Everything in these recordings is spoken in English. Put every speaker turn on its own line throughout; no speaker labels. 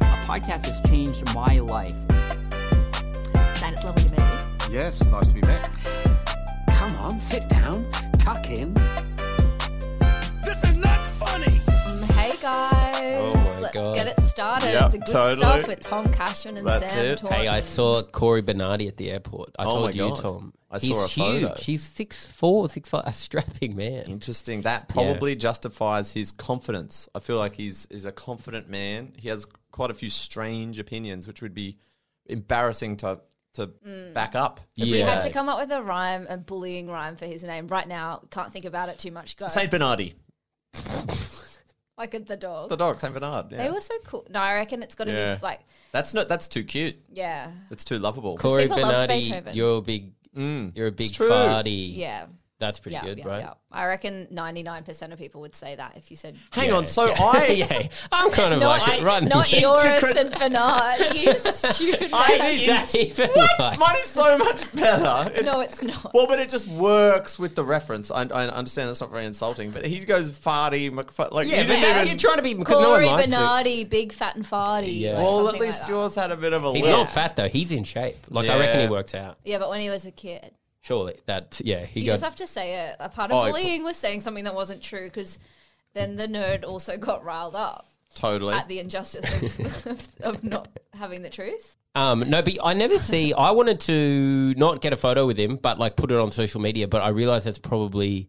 podcast has changed my life.
Shine, it's lovely to meet you.
Yes, nice to be met.
Come on, sit down, tuck in.
This is not funny.
Hey guys,
Oh my
let's
God.
get it started.
Yep,
the good
totally.
stuff with Tom Cashman and
That's
Sam
it.
Taunton.
Hey,
I,
I saw Corey Bernardi at the airport. I
Oh my
told you,
God.
Tom.
I
He's
saw a
huge.
photo.
He's six four, six five, a strapping man.
Interesting. That probably justifies his confidence. I feel like he's is a confident man. He has quite a few strange opinions, which would be embarrassing to to
Mm.
back up.
Yeah.
we had to come up with a rhyme, a bullying rhyme for his name. Right now, can't think about it too much. Go
Saint Bernardi,
like a- the dog.
the dog, Saint Bernard. Yeah.
They were so cool. No, I reckon it's got to
Yeah.
be like
that's not. That's too cute.
yeah,
That's too lovable.
Corey
people loved
Bernardi,
Beethoven.
you're a big, you're a big
Mm, true.
farty.
yeah,
that's pretty
yeah,
good,
yeah,
right?
yeah. I reckon ninety nine percent of people would say that if you said
Hang
Yeah,
on. So
yeah.
I
yeah, I'm kind of
not,
like it right
not
now.
your Saint Bernard, you stupid.
I
bastard.
did
Is that even like-
Mine is so much better. It's,
No, it's not.
Well, but it just works with the reference. I, I understand that's not very insulting, but he goes farty, McF- like
yeah,
you
but
didn't
how
even-
are you trying to be? Because no one
Corey
likes it.
Bernardi, big fat and farty.
Yeah.
like
Well, at
something
least
like that.
yours had a bit of a.
He's
lift.
not fat though. He's in shape. Like I reckon he
Yeah.
works out.
Yeah, but when he was a kid,
Surely that. Yeah, he
you
goes.
just have to say it. A part
Oh,
of
I-
bullying was saying something that wasn't true because then the nerd also got riled up
Totally.
at the injustice of, of, of not having the truth.
Um, no, but I never see. I wanted to not get a photo with him, but like put it on social media. But I realize that's probably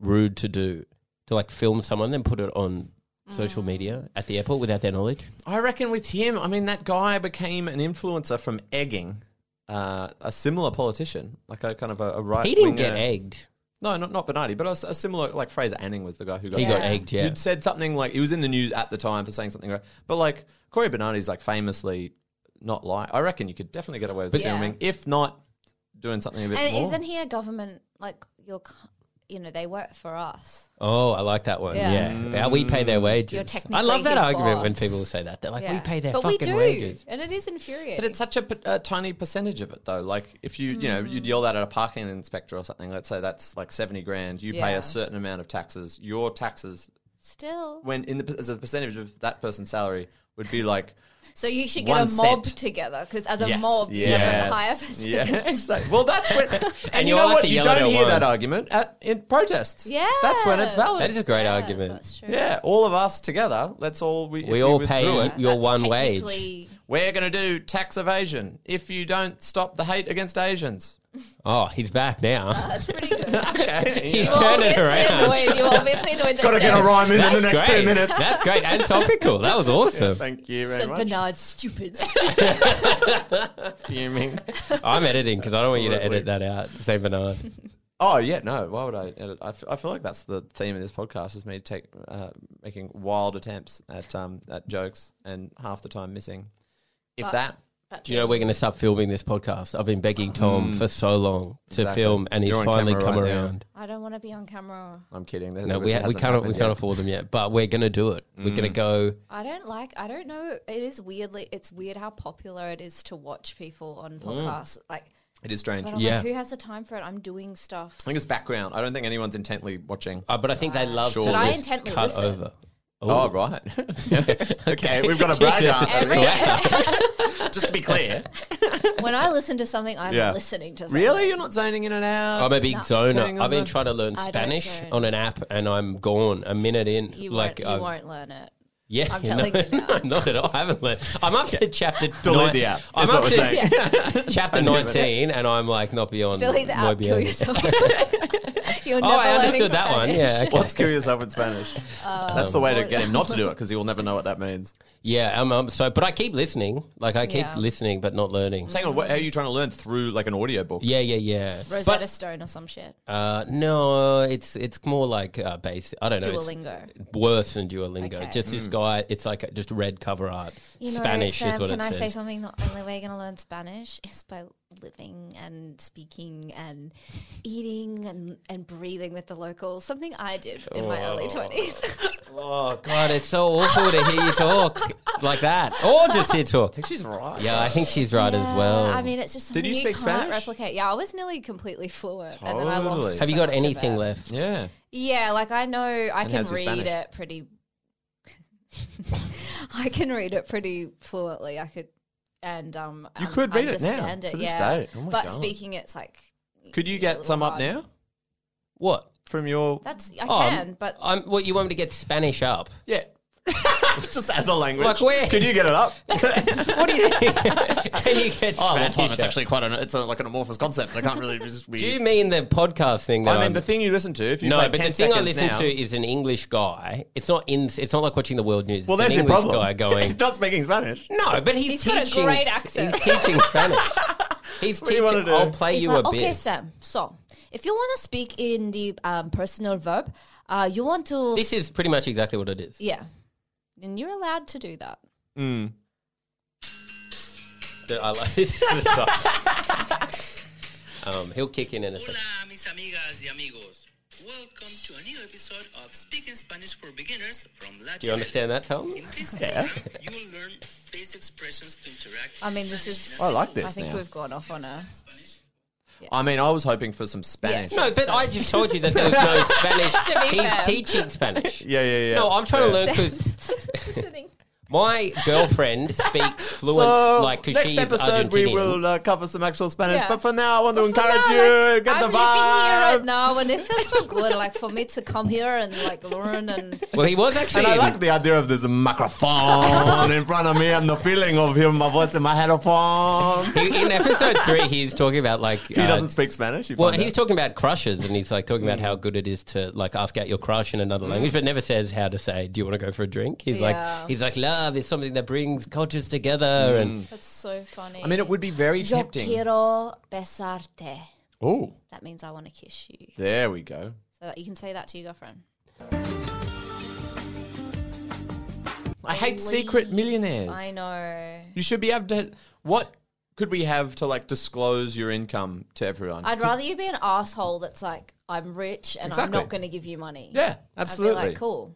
rude to do to like film someone then put it on
Mm.
social media at the airport without their knowledge.
I reckon with him, I mean, that guy became an influencer from egging uh, a similar politician, like a kind of a, a right.
He didn't get egged.
No, not not Bernardi, but a, s- a similar like Fraser Anning was the guy who got
He got
Yeah.
egged. Yeah,
You'd said something like it was in the news at the time for saying something, right? But like Corey Bernardi's like famously not lie. I reckon you could definitely get away with
Yeah.
filming if not doing something a bit
And
more.
isn't he a government like your, co- you know, they work for us.
Oh, I like that one.
Yeah.
Yeah, Yeah, we pay
Mm.
their wages.
You're technically
I love that
his
argument when
boss.
people say that. They're like,
Yeah.
we pay their
but
fucking
we do,
wages.
and it is infuriating.
But it's such a, p- a tiny percentage of it, though. Like if you, you know, you'd yell that at a parking inspector or something. Let's say that's like seventy grand. You pay
Yeah.
a certain amount of taxes. Your taxes,
still.
when in the as a percentage of that person's salary, would be like
So you should get
one
a mob
cent.
together because as a
Yes.
mob, you have a higher
Yes.
percentage.
Yeah. It's like, well, that's when. and, you
you'll
know
have
what?
to
You
yell it
don't
at
hear that
once.
argument at, in protests.
Yeah.
That's when it's valid.
That is a great
Yes,
argument.
that's true.
yeah. All of us together. Let's all. We, if
We all
withdrew
pay
It,
your
That's
one wage.
technically-
we're going to do tax evasion if you don't stop the hate against Asians.
Oh, he's back now.
That's pretty good. you
Okay.
Turn it
obviously
around.
annoyed. You obviously annoyed. that
Got to get a
Sarah-
rhyme in in the
That's
next
great.
two minutes.
That's great and topical. That was awesome.
Thank you very
Said
much.
Bernard, stupid.
Fuming.
I'm editing because I don't want you to
Absolutely.
edit that out. Say Bernard.
Oh yeah, no. Why would I edit? I, f- I feel like that's the theme of this podcast is me take uh, making wild attempts at um at jokes and half the time missing. If that
Do you know we're going to start filming this podcast? I've been begging Tom for so long to
Exactly.
film, and he's
You're on
finally
camera
come
right now.
around.
I don't want to be on camera.
I'm kidding.
No, we, ha- we can't we can't afford them yet, but we're going to do it. We're going to go.
I don't like. I don't know. It is weirdly. It's weird how popular it is to watch people on podcasts. Like,
It is strange.
but I'm
Yeah.
like, who has the time for it? I'm doing stuff.
I think it's background. I don't think anyone's intently watching.
Uh, but I think they love
Sure.
to
But I
just
intently
cut
listen.
over.
Oh right. okay, we've got a brag
Every-
out. Just to be clear,
when I listen to something, I'm
Yeah.
listening to something.
really, you're not zoning in and out.
I'm a big zoner.
Putting on
I've been
the-
trying to learn
I don't
Spanish
zone.
on an app, and I'm gone a minute in.
You won't.
like, um,
You
I've-
won't learn it.
yeah,
I'm telling
no,
you now.
no, not at all. I haven't learned. I'm up to chapter.
Delete
nine-
the app.
I'm
That's
up
what we're
to
saying.
chapter 19, and I'm like not beyond.
Delete the
no
app. Kill
beyond.
yourself. You're
Oh,
never
I
learning
understood that one.
Spanish.
Yeah, okay.
Let's kill yourself in Spanish. That's the way to get him not to do it because he will never know what that means.
yeah. I'm, I'm so, but I keep listening. Like I keep
Yeah.
listening, but not learning.
Hang on, what, how are you trying to learn through like an audiobook?
Yeah, yeah, yeah.
Rosetta Stone or some shit.
But uh, no, it's it's more like uh, basic. I don't know. it's
Duolingo.
worse than Duolingo.
Okay.
Just
Hmm.
this guy. It's like a, just red cover art.
You know,
Spanish
Sam,
is what
can
it
I
says.
say something? The only way you're going to learn Spanish is by living and speaking and eating and, and breathing with the locals. Something I did in my early 20s.
Oh god, it's so awful to hear you talk like that, or just hear talk.
She's right.
Yeah, I think she's right as well.
I mean, it's just something
Did you
you,
speak
can't
Spanish?
replicate. Yeah, I was nearly completely fluent. And then I
Totally.
lost
have
so
you got
much of
anything
it.
left?
Yeah.
Yeah, like I know I
And
can
how's your
read
Spanish?
it pretty. I can read it pretty fluently. I could, and um,
You
um,
could read it now,
understand
to this
yeah.
day. Oh my
but
God.
speaking, it's like.
Could you
a
get
little
some up
hard.
now
What?
from your?
That's I
Oh, I'm-
can, but
I'm. What you want me to get Spanish up?
yeah. Just as a language.
Like where?
Could you get it up?
What do you think? Can you get Spanish?
Oh, well, time. It's
up?
actually quite an. It's a, like an amorphous concept. I can't really. It's just
Do you
weird.
mean the podcast thing? That
I mean,
I'm-
the thing you listen to. If you
no,
play
but
10
the thing I
seconds
listen
now-
to is an English guy. It's not in. It's not like watching the world news.
Well,
it's
there's
an
your
English
problem.
guy going.
He's not speaking Spanish.
no, but he's,
He's got a
teaching.
great accent.
He's teaching Spanish. He's
do you
teaching.
wanna do?
I'll play
It's
you
like,
a
okay,
bit.
Sam. So, if you want to speak in the um, personal verb, uh, you want to.
This is pretty much exactly what it is.
yeah, and you're allowed to do that.
Dude, I like this. is so- um, he'll kick in in a second.
Hola, mis amigas y amigos. Welcome to a new episode of Speaking Spanish for Beginners from Latin.
Do you understand that, Tom?
In this program, you will learn basic expressions to interact.
I mean, this is.
I like this
I think
now.
we've gone off on a.
I mean, I was hoping for some Spanish.
Yes.
No, but I just told you that there was no Spanish.
be
he's
fair.
teaching Spanish.
Yeah, yeah, yeah.
No, I'm trying to learn because
Listening.
My girlfriend speaks fluent,
So,
like, because
next
she is
episode
Argentinian.
we will uh, cover some actual Spanish.
Yeah.
But for now, I want to
But for now,
encourage you.
like,
get
I'm
the
living here
vibe.
right now, and it feels so good. Like for me to come here and like learn and
Well, he was actually.
And I
in-
like the idea of this microphone in front of me and the feeling of hearing my voice in my headphone.
he- in episode three, he's talking about like uh,
He doesn't speak Spanish. you
Well,
find Mm.
he's
out.
talking about crushes, and he's like talking about how good it is to like ask out your crush in another language, but never says how to say. Do you want to go for a drink? He's
Yeah.
like, he's like, love is something that brings cultures together,
Mm.
and
that's so funny.
I mean, it would be very
Yo
tempting.
quiero besarte.
Oh,
That means I want to kiss you.
there we go.
So that you can say that to your girlfriend.
I hate secret millionaires.
I know.
You should be able to. What could we have to like disclose your income to everyone?
I'd rather you be an asshole that's like, I'm rich and I'm
Exactly.
not going to give you money.
yeah, absolutely.
I'd be like, cool.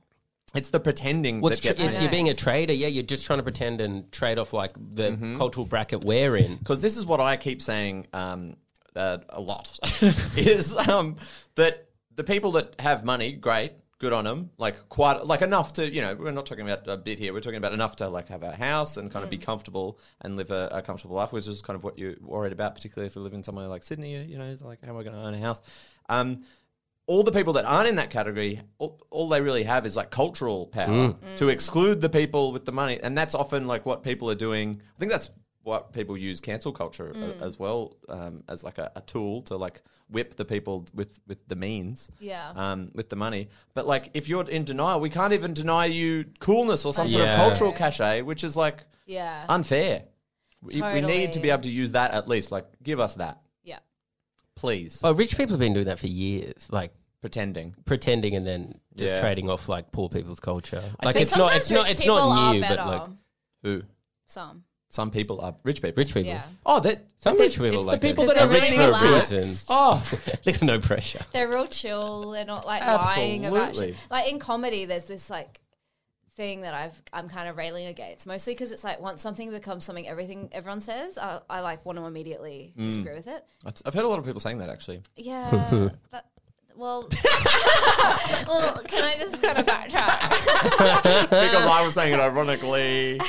It's the pretending
what's
that
tr-
gets
it's,
me.
you're being a trader? Yeah, you're just trying to pretend and trade off like the
Mm-hmm.
cultural bracket we're in.
because this is what I keep saying um, uh, a lot is um, that the people that have money, great, good on them, like quite like enough to you know we're not talking about a bit here, we're talking about enough to like have a house and kind of be comfortable and live a, a comfortable life, which is kind of what you're worried about, particularly if you live in somewhere like Sydney, you, you know, it's like how am I going to own a house? Um, all the people that aren't in that category, all, all they really have is like cultural power to exclude the people with the money. And that's often like what people are doing. I think that's what people use cancel culture a-
Hmm.
as well um, as like a, a tool to like whip the people with, with the means,
Yeah.
um, with the money. But like if you're in denial, we can't even deny you coolness or some sort of
Yeah.
cultural cachet, which is like
Yeah.
unfair. We, we need to
Totally.
be able to use that at least. Like give us that,
yeah.
please.
Well, rich people have been doing that for years, like
Pretending.
pretending and then just
Yeah.
trading off like poor people's culture. Like
But
it's not
sometimes
it's not
rich
it's
people
not
are
new, but
better.
like
Who?
Some.
Some people are rich people.
rich people.
Yeah.
Oh, that
Some
they-
rich people
it's
like
the people
it.
Because
that are
they're
rich
really
for a
relaxed.
reason. Oh,
There's no pressure.
They're real chill. They're not like lying about
Absolutely.
shit. Like in comedy, there's this like thing that I've I'm kind of railing against, mostly because it's like once something becomes something everything everyone says, I, I like want to immediately
Mm.
disagree with it.
That's- I've heard a lot of people saying that actually.
Yeah. that, well, well, can I just kind of backtrack?
because I was saying it ironically.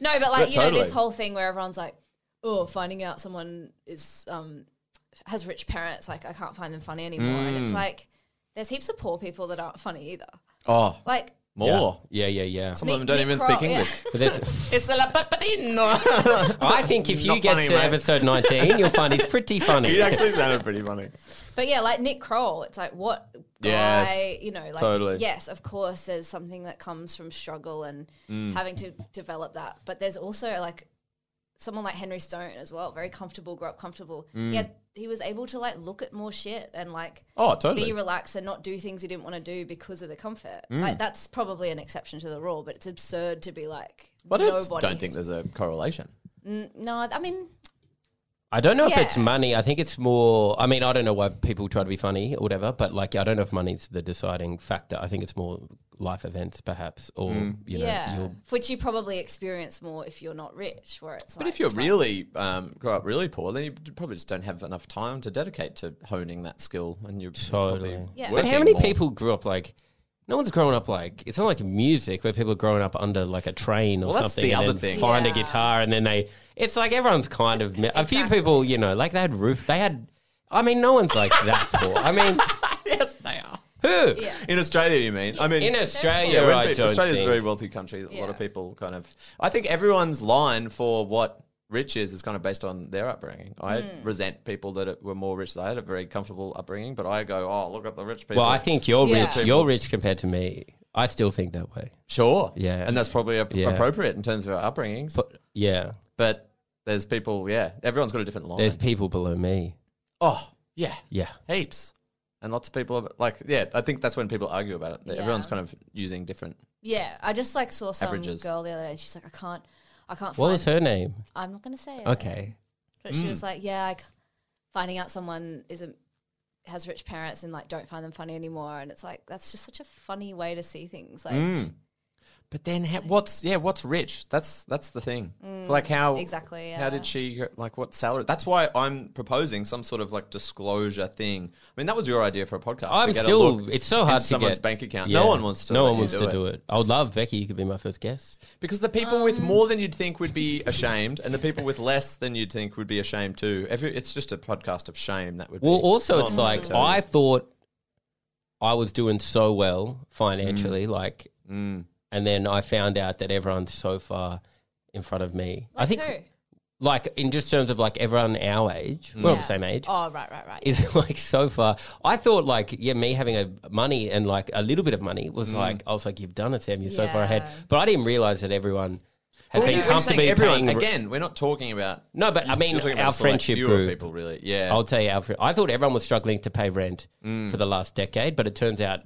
No, but like
Yeah,
you know
totally.
this whole thing where everyone's like, oh, finding out someone is um has rich parents, like I can't find them funny anymore, and
Mm.
it's like there's heaps of poor people that aren't funny either.
Oh,
Like
more.
Yeah, yeah, yeah.
Some of them
Nick-
don't
Nick
even
Kroll,
speak English.
But there's-
It's a la papadino.
I think if you
Not
get
funny,
to
mate.
episode 19, you'll find it's pretty funny.
It actually sounded pretty funny.
But yeah, like Nick Kroll, it's like what
Yes.
guy, you know, like
Totally.
yes, of course, there's something that comes from struggle and
Mm.
having to develop that. But there's also like someone like Henry Stone as well, very comfortable, grew up comfortable.
Mm.
He had, he was able to like look at more shit and like
Oh, totally.
be relaxed and not do things he didn't want to do because of the comfort.
Mm.
Like that's probably an exception to the rule, but it's absurd to be like
But I
nobody.
don't think there's a correlation.
no, I mean
I don't know if
Yeah.
it's money. I think it's more. I mean, I don't know why people try to be funny or whatever, but like, I don't know if money's the deciding factor. I think it's more life events, perhaps, or,
Mm.
you know,
yeah,
your
which you probably experience more if you're not rich, where it's
But
like,
if you're really um, grow up really poor, then you probably just don't have enough time to dedicate to honing that skill, and you're
Totally.
probably
Yeah.
But how
working
many
more.
people grew up like No one's growing up like it's not like music where people are growing up under like a train or
Well, that's
something.
the
and
other
then
thing.
Find a
Yeah.
guitar and then they. It's like everyone's kind of a few people. You know, like they had roof. They had. I mean, no one's like that. Poor. I mean,
yes, they are.
who?
Yeah.
In Australia, you mean? I mean,
In Australia,
when
I
pe-
don't
Australia's a
think.
very wealthy country. A lot
Yeah.
of people kind of. I think everyone's line for what rich is is kind of based on their upbringing. I
Hmm.
resent people that are- were more rich. They had a very comfortable upbringing, but I go, oh, look at the rich people.
Well, I think you're
Yeah.
rich. You're rich compared to me. I still think that way.
sure,
Yeah.
and that's probably ap-
Yeah.
appropriate in terms of our upbringings. But,
Yeah.
there's people, yeah, everyone's got a different line.
There's people below me.
oh, yeah,
Yeah.
heaps. And lots of people, are like, yeah, I think that's when people argue about it. that
Yeah.
Everyone's kind of using different.
Yeah, I just like saw some
Averages.
girl the other day, and she's like, I can't, I can't.
What
find,
was her name?
I'm not gonna say it.
Okay. Mm.
But she was like, yeah, like finding out someone isn't has rich parents and like don't find them funny anymore, and it's like that's just such a funny way to see things. Like
Mm.
But then, ha- what's yeah? What's rich? That's that's the thing. like how
Mm. exactly,
How
yeah.
did she like what salary? That's why I'm proposing some sort of like disclosure thing. I mean, that was your idea for a podcast. to
I'm
get a
still.
look
It's so hard
into
to
someone's
get
bank account.
Yeah.
No one wants to.
No
let
one
you
wants to do it. I would love Becky. You could be my first guest.
because the people with
Um.
more than you'd think would be ashamed, and the people with less than you'd think would be ashamed too. Every, it's just a podcast of shame that would.
Well,
be
also, it's like
non-monetary.
I thought I was doing so well
Mm.
financially, like, and then I found out that everyone's so far in front of me. I think,
who?
like, in just terms of like everyone our age, we're all the
Yeah.
same age.
Oh right, right, right.
Is like so far. I thought like yeah, me having a money and like a little bit of money was
Mm.
like I was like you've done it, Sam. You're so far ahead.
Yeah.
But I didn't realize that everyone has
Well,
been
you're saying
comfortably
everyone
paying. re-
again. We're not talking about.
No, but I mean
You're talking about
our
a select
friendship
few of
group.
people really. Yeah,
I'll tell you, Alfred. I thought everyone was struggling to pay rent
Mm.
for the last decade, but it turns out,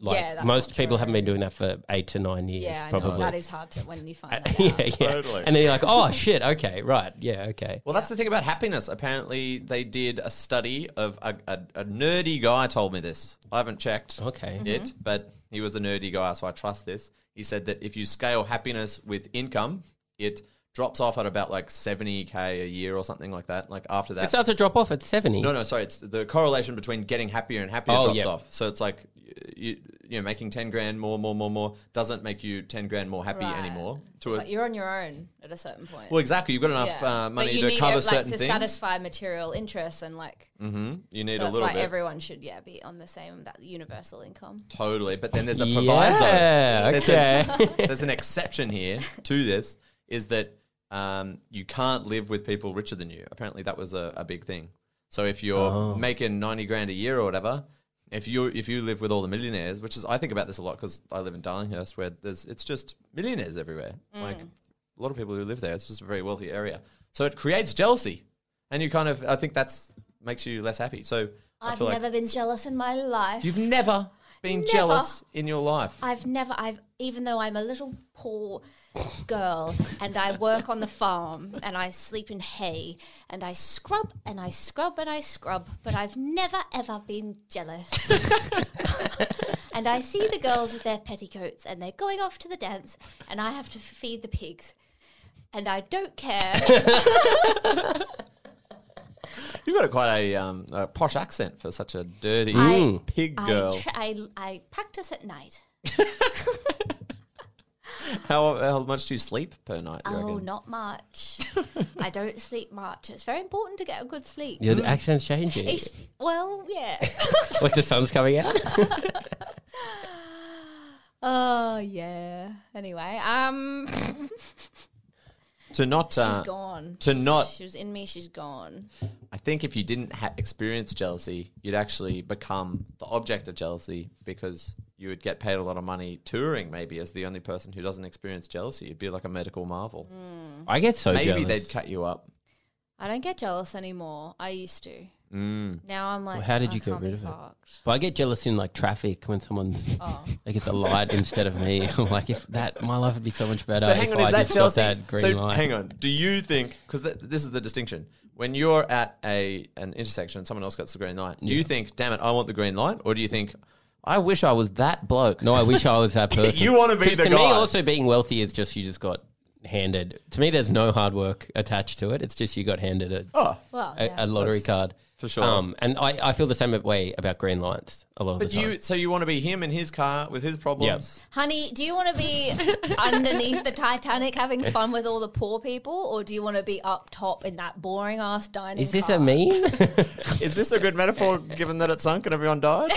like
Yeah, that's
most
not
people
true.
haven't been doing that for eight to nine years,
yeah, I
probably.
know that is hard to when you find. That
yeah,
out.
yeah.
Totally.
And then you're like, oh shit, okay, right, yeah, okay.
Well, that's the thing about happiness. Apparently, they did a study of a, a, a nerdy guy told me this. I haven't checked
Okay. Mm-hmm.
it, but he was a nerdy guy, so I trust this. He said that if you scale happiness with income, it drops off at about like 70k a year or something like that. Like after
It
that.
starts to drop off at seventy.
no, no, sorry. It's the correlation between getting happier and happier
Oh,
drops
yeah.
off. So it's like you, you know, making ten grand more, more, more, more doesn't make you ten grand more happy
Right.
anymore.
It's
To a,
like you're on your own at a certain point.
well, exactly. You've got enough
Yeah.
uh,
But
money
you
to
need
cover
it, like,
certain
to
things.
satisfy material interests and like
you need a
that's
little
why
bit.
everyone should yeah be on the same that universal income.
Totally, but then there's a proviso.
Yeah,
There's,
okay.
a, there's an exception here to this is that um, you can't live with people richer than you. Apparently, that was a, a big thing. So if you're making ninety grand a year or whatever, if you if you live with all the millionaires, which is I think about this a lot because I live in Darlinghurst, where there's it's just millionaires everywhere.
Mm.
Like a lot of people who live there, it's just a very wealthy area. So it creates jealousy, and you kind of I think that's makes you less happy. So I
I've
feel like
never been jealous in my life.
you've never been
Never.
jealous in your life.
I've never, I've even though I'm a little poor girl and I work on the farm and I sleep in hay and I scrub and I scrub and I scrub, but I've never ever been jealous. and I see the girls with their petticoats and they're going off to the dance and I have to feed the pigs and I don't care.
You've got a quite a, um, a posh accent for such a dirty
I-
Mm.
pig
I,
girl.
tr- I, I practice at night.
how, how much do you sleep per night? do you
Oh,
reckon?
not much. I don't sleep much. It's very important to get a good sleep.
Your
Mm.
accent's changing.
It's- well, yeah.
like the sun's coming out.
Oh yeah. Anyway, um,
To not,
she's
uh,
gone.
to not-
She was in me. She's gone.
I think if you didn't ha- experience jealousy, you'd actually become the object of jealousy because you would get paid a lot of money touring, maybe as the only person who doesn't experience jealousy. You'd be like a medical marvel.
I get so
Maybe
jealous.
they'd cut you up.
I don't get jealous anymore. I used to.
Mm.
Now I'm like,
Well, how did
I
you get
can't be
rid of it?
fucked.
But I get jealous in like traffic when someone's
Oh.
they get the light instead of me. I'm like, if that my life would be so much better
But hang
Uh, if
on,
I
is that
just
jealousy?
got that green
so
light.
hang on, do you think because th- this is the distinction when you're at a an intersection and someone else gets the green light? Do you think, damn it, I want the green light, or do you think, I wish I was that bloke?
No, I wish I was that person.
You wanna be
'Cause
the
to me,
guy.
also being wealthy is just you just got handed. To me, there's no hard work attached to it. It's just you got handed a,
Oh,
Well,
a,
yeah.
a lottery card.
for sure.
Um, and I, I feel the same way about green lights a lot of
but
the time.
you, so you want to be him in his car with his problems?
honey, do you want to be underneath the Titanic having fun with all the poor people, or do you want to be up top in that boring ass dining?
Is this
car?
a meme?
Is this a good metaphor given that it sunk and everyone died?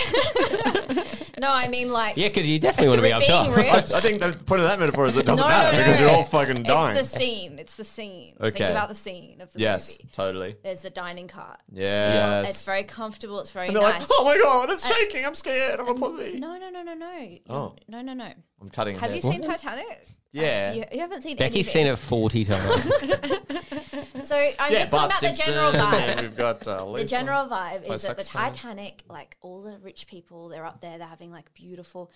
No, I mean like
yeah, because you definitely want to be up
being
top.
rich.
I, I think the point of that metaphor is it doesn't
No,
matter
no,
because
no.
you're all fucking dying.
It's the scene. It's the scene.
Okay.
Think about the scene of the
yes,
movie.
totally.
There's the dining cart.
Yes.
It's very comfortable. It's very
And they're
nice. Uh,
like, oh my god, it's shaking. I'm scared. I'm a pussy.
No, no, no, no, no.
Oh.
No, no, no.
I'm cutting.
Have
ahead.
you seen Titanic?
Yeah.
You, you haven't seen
Becky's seen
anything.
it 40 times.
So I'm just talking about the general
and
vibe.
we've got uh,
The
Lisa.
general vibe is that the
Saxon.
Titanic, like all the rich people, they're up there, they're having like beautiful.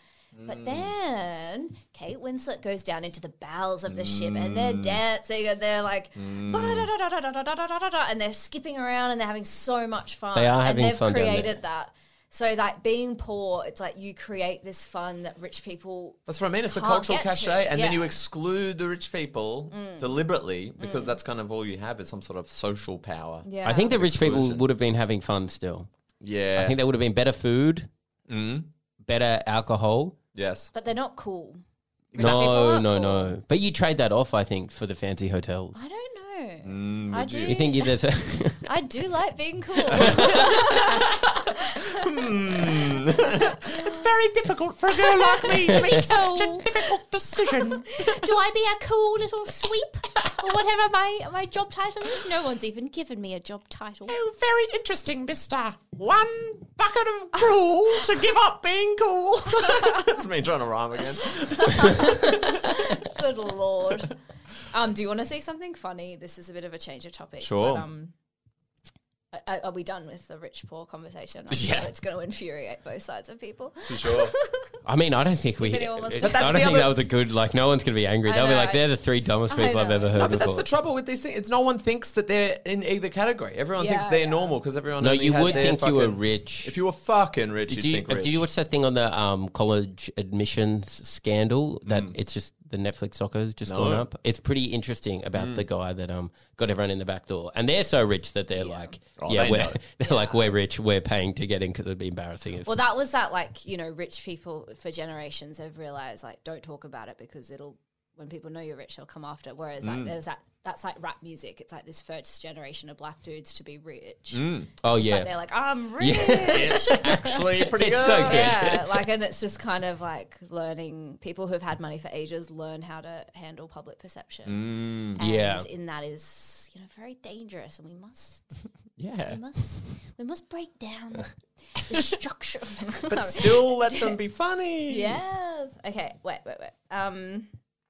But then Kate Winslet goes down into the bowels of the ship and they're dancing and they're like, "Ba-da-da-da-da-da-da-da-da-da-da," and they're skipping around and they're having so much fun.
They are
and
having
they've
fun down there.
created that. So, like being poor, it's like you create this fun that rich people.
That's what I mean. It's the
Can't
cultural
get to,
cachet, and then
yeah. Mm.
you exclude the rich people deliberately because that's kind of all you have is some sort of social power.
Yeah.
I think the rich people
Exclusion.
would have been having fun still.
Yeah.
I think there would have been better food,
Mm.
better alcohol.
Yes.
But they're not cool. Rich people
No,
aren't
no,
cool.
no. But you trade that off, I think, for the fancy hotels.
I don't know.
Mm,
I
would
do.
you?
You think you there's a
I do like being cool.
Hmm. It's very difficult for a girl like me to make
so,
difficult decision.
do I be a cool little sweep or whatever my my job title is? No one's even given me a job title.
Oh, very interesting, mister. One bucket of gruel to give up being cool. That's me trying to rhyme again.
Good lord. Um, do you want to say something funny? This is a bit of a change of topic.
Sure.
But, um, are, are we done with the rich poor conversation? I'm
Yeah.
sure it's going to infuriate both sides of people.
For sure.
I mean, I don't think we.
anyone wants to-
I
But that's
don't
the
think
other-
that was a good. Like, no one's going to be angry.
I
They'll be
know,
like,
I-
they're the three dumbest
I
people I've
know.
ever heard
No, but that's
before.
the trouble with these things. It's no one thinks that they're in either category. Everyone
Yeah,
thinks they're
yeah.
normal because everyone.
no,
only
you
had
would
their
think you were
fucking-
rich.
If you were fucking rich,
did
you'd
you,
think
uh,
rich.
did you watch that thing on the um, college admissions scandal that it's just the Netflix soccer's just gone
Mm. No. Mm.
up? It's pretty interesting about the guy that um got everyone in the back door, and they're so rich that they're like,
Oh,
yeah,
they
we're,
know.
they're like we're rich, we're paying to get in because it'd be embarrassing. If,
Well, that was that, like, you know, rich people for generations have realized, like, don't talk about it because it'll, when people know you're rich, they'll come after. Whereas, like, there's that, that's like rap music. It's like this first generation of black dudes to be rich.
oh
Just
yeah,
Like, they're like, I'm rich.
It's actually pretty
It's
good.
so good.
yeah. Like, and it's just kind of like learning people who've had money for ages learn how to handle public perception.
Mm,
and
Yeah.
in that is, you know, very dangerous. And we must,
Yeah.
we must, we must break down the, the structure.
But still let them be funny.
Yes. Okay. Wait. Wait. Wait. Um,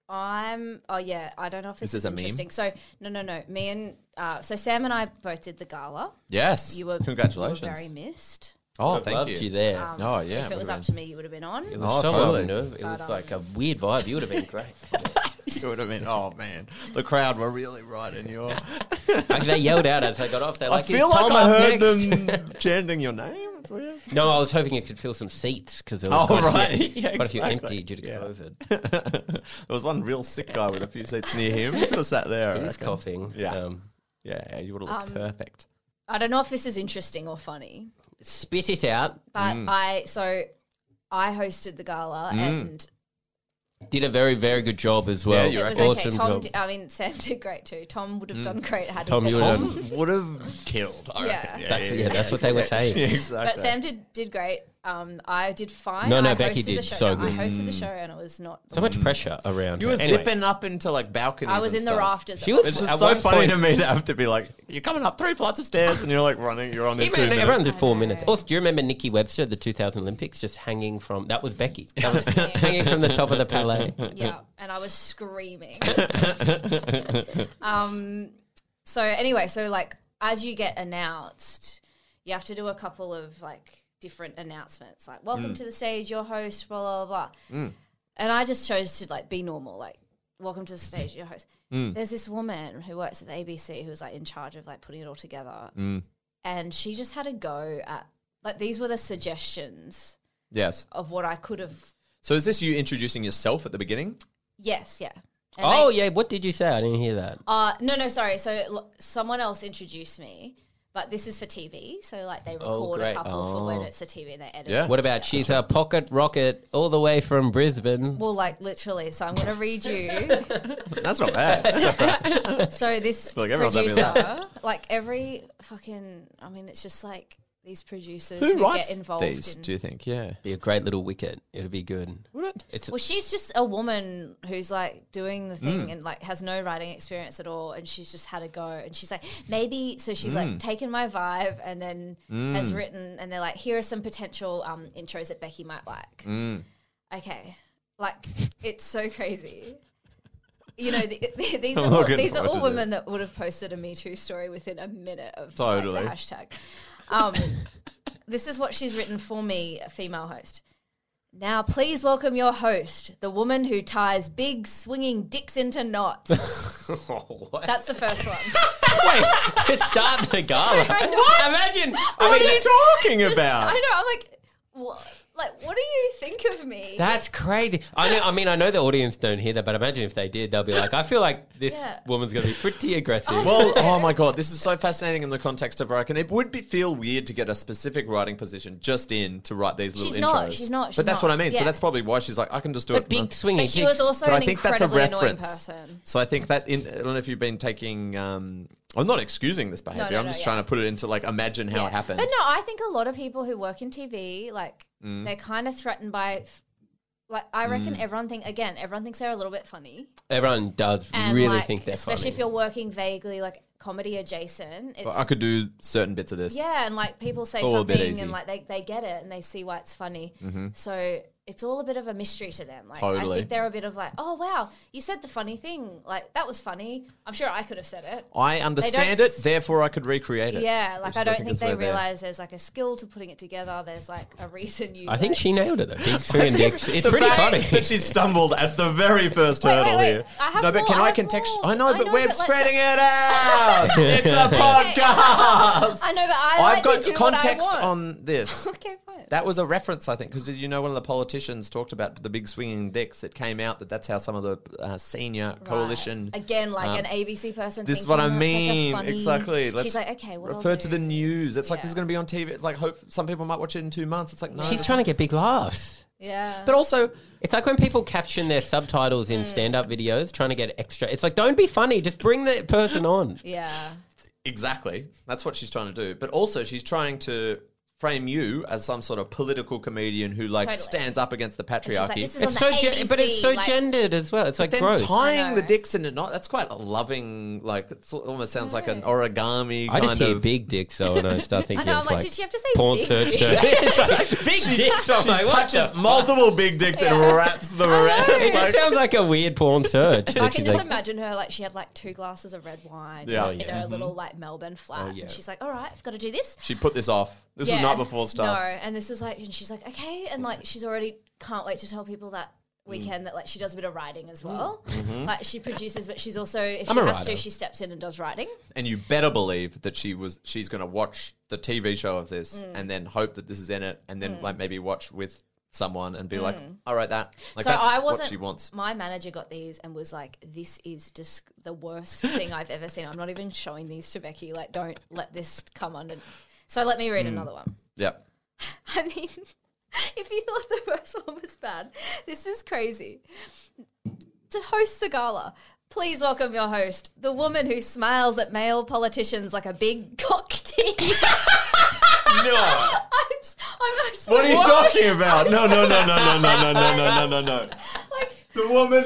I'm. Oh yeah. I don't know if this,
Is this
is
a meme?
interesting. So no, no, no. Me and uh, so Sam and I both did the gala.
Yes.
You were
Congratulations.
You were very missed.
oh,
I
thank
loved you,
you.
there.
Um,
Oh, yeah,
If
it
it was
would've
up to me, you would have been on.
it was
oh,
so
totally.
unnerv- It was
But,
like a weird vibe. You would have been great.
You would have been. Oh man, the crowd were really right in your.
like they yelled out as they got off. They're
I
like,
feel
"Is
like
Tom
I
up
heard
next?"
them chanting your name. It's weird.
No, I was hoping it could fill some seats because there
Oh,
was quite, a few,
right. Yeah,
quite a few
exactly.
empty due to
Yeah.
COVID.
there was one real sick guy with a few seats near him. Could have sat there. I
He's
reckon.
coughing.
Yeah.
Um,
Yeah, you would have looked
Um,
perfect.
I don't know if this is interesting or funny,
spit it out.
but
Mm.
I so I hosted the gala and
Did a very very good job as well.
Yeah, you
it was
reckon? Mm.
okay.
Awesome
Tom.
job.
Did, I mean, Sam did great too. Tom would have done great had
Tom,
he
you
been
would've
on.
done-
Um, would have killed. I
Yeah.
reckon.
That's what, yeah, that's what they were saying.
Yeah, exactly.
But Sam did did great. Um, I did fine.
No, no,
I
Becky
hosted
did
the show.
so
No, I
good.
hosted
Mm.
the show and it was not.
So much pressure around.
you
her.
were
Anyway,
zipping up into like balconies.
I was
and
in the
stuff.
rafters.
She was-
It's just
At
so
one
funny
point-
to me to have to be like, you're coming up three flights of stairs, and you're like running. You're on in two
Everyone,
minutes.
everyone's at four minutes. Also, do you remember Nikki Webster, the 2000 Olympics, just hanging from? That was Becky. That was hanging from the top of the palais.
yeah, and I was screaming. um, so anyway, so like as you get announced, you have to do a couple of like different announcements, like "Welcome to the stage, your host," blah blah blah. And I just chose to like be normal, like "Welcome to the stage, your host." There's this woman who works at the ABC who's like in charge of like putting it all together, and she just had a go at like these were the suggestions
Yes.
of what I could have.
So is this you introducing yourself at the beginning?
Yes, yeah. And
Oh
they-
yeah, what did you say? I didn't hear that.
Uh, no, no, sorry. So l- someone else introduced me, but this is for TV. So like they record
great.
a couple for when it's a TV and they edit.
Oh, Yeah.
it.
What about she's a pocket rocket all the way from Brisbane?
Well, like literally. So I'm going to read you.
That's not bad.
so this
like everyone's having
producer, like every fucking, I mean, it's just like these producers who,
Who writes
get involved.
these?
in,
Do you think? Yeah.
be a great little wicket. It'd be good. Would it?
Well, she's just a woman who's like doing the thing
Mm.
and like has no writing experience at all, and she's just had a go. And she's like, maybe so she's
Mm.
like taken my vibe and then has written, and they're like, here are some potential um, intros that Becky might like.
Mm.
Okay, like it's so crazy. You know, th- th- these are
I'm
all,
looking
these are
forward
all
to
women
this.
that would have posted a Me Too story within a minute of like,
Totally.
the hashtag. Um, this is what she's written for me, a female host. Now, please welcome your host, the woman who ties big swinging dicks into knots. That's the first one.
Wait, to start the gala.
I know.
Imagine.
What
I
are
mean,
you talking
Just-
about?
I know. I'm like, what? Like, what do you think of me?
that's crazy. I know. I mean, I know the audience don't hear that, but imagine if they did, they'll be like, "I feel like this
Yeah.
woman's gonna be pretty aggressive."
Well, oh my god, this is so fascinating in the context of Rock, and it would be feel weird to get a specific writing position just in to write these little
She's
intros.
not, she's not, she's
but that's
not,
what I mean.
yeah.
So that's probably why she's like, I can just do
but
it.
big swinging.
but she was
dicks.
also
But I
an
think that's a
incredibly annoying
reference.
person.
So I think that in, I don't know if you've been taking. Um, I'm not excusing this behavior.
no,
I'm
no,
just
yeah.
trying to put it into like imagine how
Yeah.
it happened.
But no, I think a lot of people who work in TV, like,
Mm.
they're kind of threatened by. f- Like, I reckon everyone think again. Everyone thinks they're a little bit funny.
Everyone does
and
really
like,
think they're
especially
funny.
if you're working vaguely like comedy adjacent. It's
I could do certain bits of this.
yeah, and like people say
It's all a bit
something
easy. Mm-hmm.
and like they, they get it and they see why it's funny. So it's all a bit of a mystery to them. Like I
Totally.
think they're a bit of like, oh wow, you said the funny thing. Like that was funny. I'm sure I could have said it.
I understand it,
s-
therefore I could recreate it.
Yeah, like
Which
I
is,
don't think,
is
they
where they're-
realize there's like a skill to putting it together. There's like a reason you.
I think
like-
she nailed it though. Big swinging dicks. It's
The
pretty
fact
funny.
that she stumbled at the very first
Wait, wait,
hurdle
wait.
here.
I have
no, but
more,
can
I
I,
have
context?
more.
I know,
I
but
know,
we're
but let's-
spreading it out. it's a podcast.
I know, but I
I've
like
got
to do
context
what I want.
on this.
Okay, fine.
That was a reference, I think, because you know one of the politicians talked about the big swinging dicks. It came out that that's how some of the uh, senior coalition
Right. again like
um,
an ABC person.
This is
thinking,
what
"Oh,
I
it's like a
mean.
funny-"
exactly.
She's like, okay, what I'll
refer to
do-
the news. It's like this is
Yeah.
going to be on TV. It's like hope some people might watch it in two months. It's like no.
She's
this-
trying to get big laughs.
Yeah,
But also, it's like when people caption their subtitles in
Mm.
stand-up videos, trying to get extra. It's like, don't be funny. Just bring the person on.
yeah,
exactly. That's what she's trying to do. But also, she's trying to frame you as some sort of political comedian who like
Totally.
stands up against the patriarchy.
she's like, "This is
It's
on
so,
the
gen- but it's
ABC,
so
like-
gendered as well. It's like
then
gross.
tying
know.
the dicks into knot, that's quite a loving, like, it almost sounds like an origami
I
kind
just hear
of.
big dicks though, and I start thinking
know, I'm
of
like,
like,
did she have to say
porn
big dicks?
search? term. It's like, big dicks. I'm
she
like, what the
touches multiple big dicks and
Yeah.
wraps them around.
It just
Like,
sounds like a weird porn search.
I
that
can
she's
just
like,
imagine her like she had like two glasses of red wine,
Yeah. Oh,
in
yeah.
her little like Melbourne flat,
yeah.
and she's like, all right, I've got to do this.
she put this off. This was
Yeah.
not before stuff.
No, and this is like, and she's like, okay, and like she's already can't wait to tell people that
Mm.
weekend that like she does a bit of writing as well.
Mm-hmm.
Like she produces, but she's also if
I'm
she
a
has
writer.
to, she steps in and does writing.
and you better believe that she was she's going to watch the TV show of this
Mm.
and then hope that this is in it and then like maybe watch with someone and be like all right that like
Mm. so
that's
I wasn't.
what she wants
My manager got these and was like, "This is just the worst thing I've ever seen. I'm not even showing these to Becky. Like, don't let this come under." So let me read
Hmm.
another one.
yep
I mean, if you thought the first one was bad, this is crazy. To host the gala, please welcome your host, the woman who smiles at male politicians like a big cock tease.
no
I'm, s- I'm actually
what are you talking about no no no no no no no no no no no no
Like,
the woman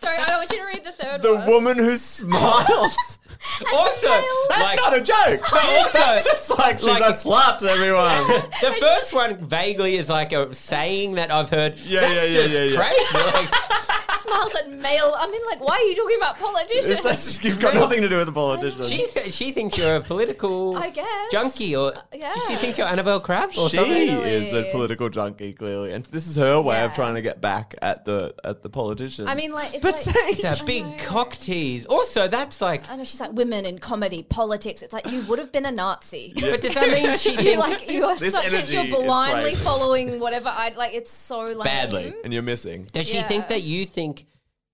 sorry, I don't want you to read the third
the
one.
woman who smiles
also,
that's
like,
not a joke
also-
that's just like she's
like-
a slut to everyone
the first one vaguely is like a saying that I've heard.
Yeah,
That's
yeah, yeah,
just
yeah, yeah.
Crazy. Like,
smiles at male. I mean, like, why are you talking about
it's
politicians?
just, you've got nothing to do with the politicians
she th- she thinks you're a political
I guess. Uh,
junkie, or
yeah.
she thinks you're Annabelle Crabb or
she
something.
is a
Totally.
political junkie clearly and this is her way of
Yeah.
trying to get back at the at the politicians
I mean, like, it's
but
like,
saying
It's a big cock tease. Also, that's like.
I know she's like women in comedy, politics. It's like you would have been a Nazi.
But does that mean she
You
thinks
like you are
This
such a,
energy
you're
is
blindly
great.
following whatever I like. It's so lame.
badly and you're missing
Does she
Yeah.
think that you think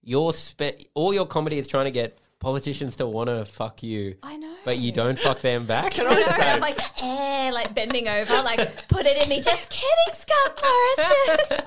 your spe- all your comedy is trying to get politicians to want to fuck you.
I know.
But you don't fuck them back.
Can I
I'm
say?
like, eh, like bending over, like, put it in me. Just kidding, Scott Morrison.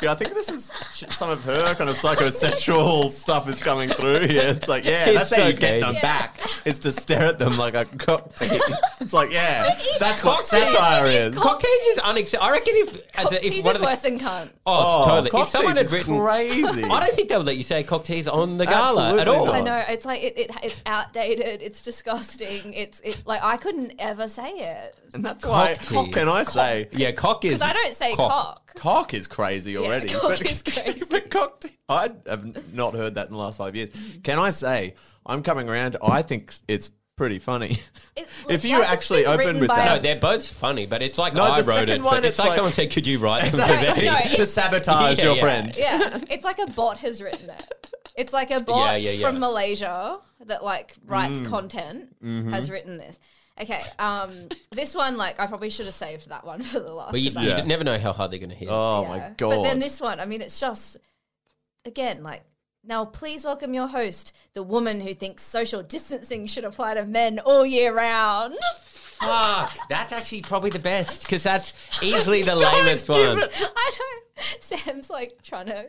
Yeah, I think this is sh- some of her kind of psychosexual stuff is coming through here. It's like, yeah,
It's
that's how you
so
get
good.
them
Yeah.
back. Is to stare at them like a cock. tease. It's like, yeah,
even
that's what
cock tease,
satire
even
is.
cock-
Cock tease is unacceptable. I reckon if, as a, if
Jesus
one of the,
worse than cunt.
oh, totally.
cock
If someone
tease
had
is
written,
crazy.
I don't think they would let you say cock tease on the gala at
Absolutely
all.
not.
I know it's like it, it, it's outdated. It's disgusting. It's it like I couldn't ever say it
and that's why.
Cock tease.
Can I say?
Yeah, cock is.
because I don't say cock.
Cock is crazy already.
cock is crazy.
but cock te- I have not heard that in the last five years. Can I say, I'm coming around, I think it's pretty funny.
It
If
looks
you
like it's
actually
been
opened
written
with
by
that-
No, they're both funny, but it's like
No,
I
the
wrote
second
it. for-
one,
it's,
it's
like,
like-
someone said, "Could you write?"
Exactly.
it for me?"
No, it-
to sabotage
Yeah,
your
yeah.
friend.
yeah, it's like a bot has written it. It's like a bot
Yeah, yeah, Mm. yeah.
from Malaysia that like writes content
Mm-hmm.
has written this. Okay, um, this one like I probably should have saved that one for the last.
But you,
'cause I-
you
Yeah.
never know how hard they're going to hit.
Oh
yeah.
my god.
But then this one, I mean, it's just again like. Now, please welcome your host, the woman who thinks social distancing should apply to men all year round.
Fuck, that's actually probably the best because that's easily the
Don't
lamest
give
one.
it-
I don't. Sam's like trying to.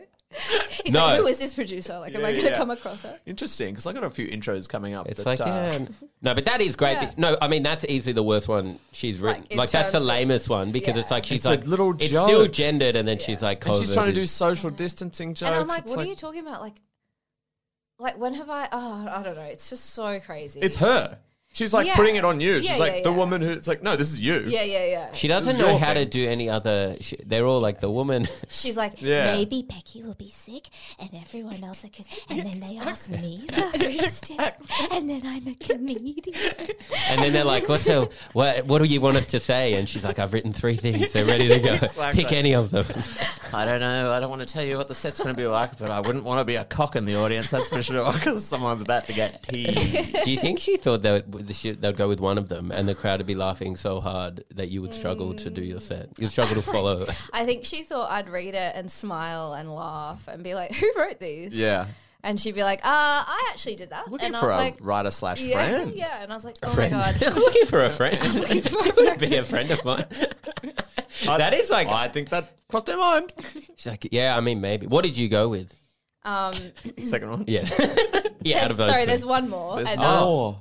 He's
No.
like, who is this producer? Like, am I
Yeah,
going to
yeah.
come across her?
Interesting, because I got a few intros coming up.
It's
that,
like,
uh,
yeah. No, but that is great.
Yeah.
No, I mean, that's easily the worst one she's written. Like,
in
that's the
terms of-
lamest one because
Yeah.
it's like she's
It's a
like,
little
it's still
joke.
gendered and then she's like,
And she's
COVID
trying to do
is-
social distancing jokes.
And I'm like,
It's
what are you talking about? Like, like when have I? Oh, I don't know. It's just so crazy.
It's her. She's like
Yeah.
putting it on you. She's
Yeah,
like
yeah,
the
yeah.
woman who. It's like, no, this is you.
yeah, yeah, yeah.
She doesn't
This is
know
your
how to
thing.
do any other. She, they're all like the woman.
She's like,
Yeah.
Maybe Becky will be sick and everyone else occurs. And then they ask me first. and then I'm a comedian.
And then they're like, "What's her, what? What do you want us to say?" And she's like, "I've written three things. They're ready to go.
Exactly.
Pick any of them."
I don't know. I don't want to tell you what the set's going to be like, but I wouldn't want to be a cock in the audience. That's for sure, because someone's about to get teased.
do you think she thought they would, she- they'd go with one of them, and the crowd would be laughing so hard that you would struggle to do your set? You'd struggle to follow.
I think she thought I'd read it and smile and laugh and be like, who wrote these?
yeah,
And she'd be like, uh, I actually did that.
looking
and I
for
was
a
like,
writer slash
yeah,
friend.
yeah. And I was like, oh
friend.
my god.
I'm looking for a friend.
looking for a
She would be a friend of mine. that is like
I think that crossed my mind.
she's like, yeah. I mean, maybe. What did you go with?
Um,
Second one.
Yeah, yeah. Out of those
sorry,
three.
there's one more.
There's-
and, um,
oh,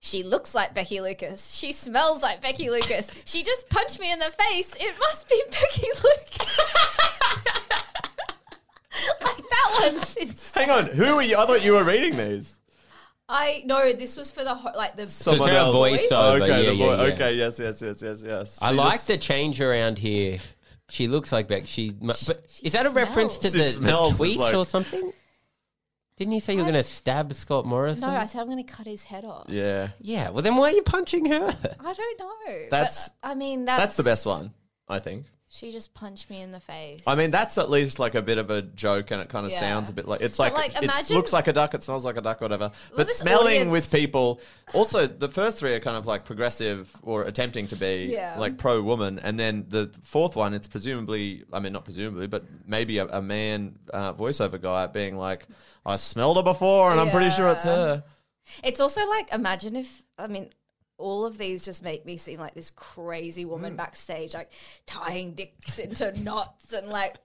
She looks like Becky Lucas. She smells like Becky Lucas. She just punched me in the face. It must be Becky Lucas. like that one's insane.
hang on. Who are you? I thought you were reading these.
I no, this was for the ho- like the
it's her voiceover,
Oh,
yeah,
okay, the
yeah,
voi-
yeah.
okay, yes, yes, yes, yes, yes.
Oh, I
She
like
just-
the change around here. She looks like Beck. She, mu- but
she
is that a reference to
She
the,
smells,
the
it's
tweet
like-
or something? Didn't you say you were
I-
going to stab Scott Morrison?
No, I said I'm going to cut his head off.
Yeah,
yeah. Well, then why are you punching her?
I don't know.
That's-
but, I mean that's
that's the best one, I think.
She just punched me in the face.
I mean, that's at least like a bit of a joke, and it kind of
Yeah.
sounds a bit like it's like,
like,
it
imagine-
looks like a duck, it smells like a duck, whatever. But
this
smelling
audience-
with people. Also, the first three are kind of like progressive or attempting to be
Yeah.
like pro woman, and then the fourth one, it's presumably, I mean, not presumably, but maybe a, a man uh, voiceover guy being like, "I smelled her before, and I'm pretty sure it's
Yeah.
her."
It's also like imagine if I mean all of these just make me seem like this crazy woman
Mm.
backstage, like tying dicks into knots and like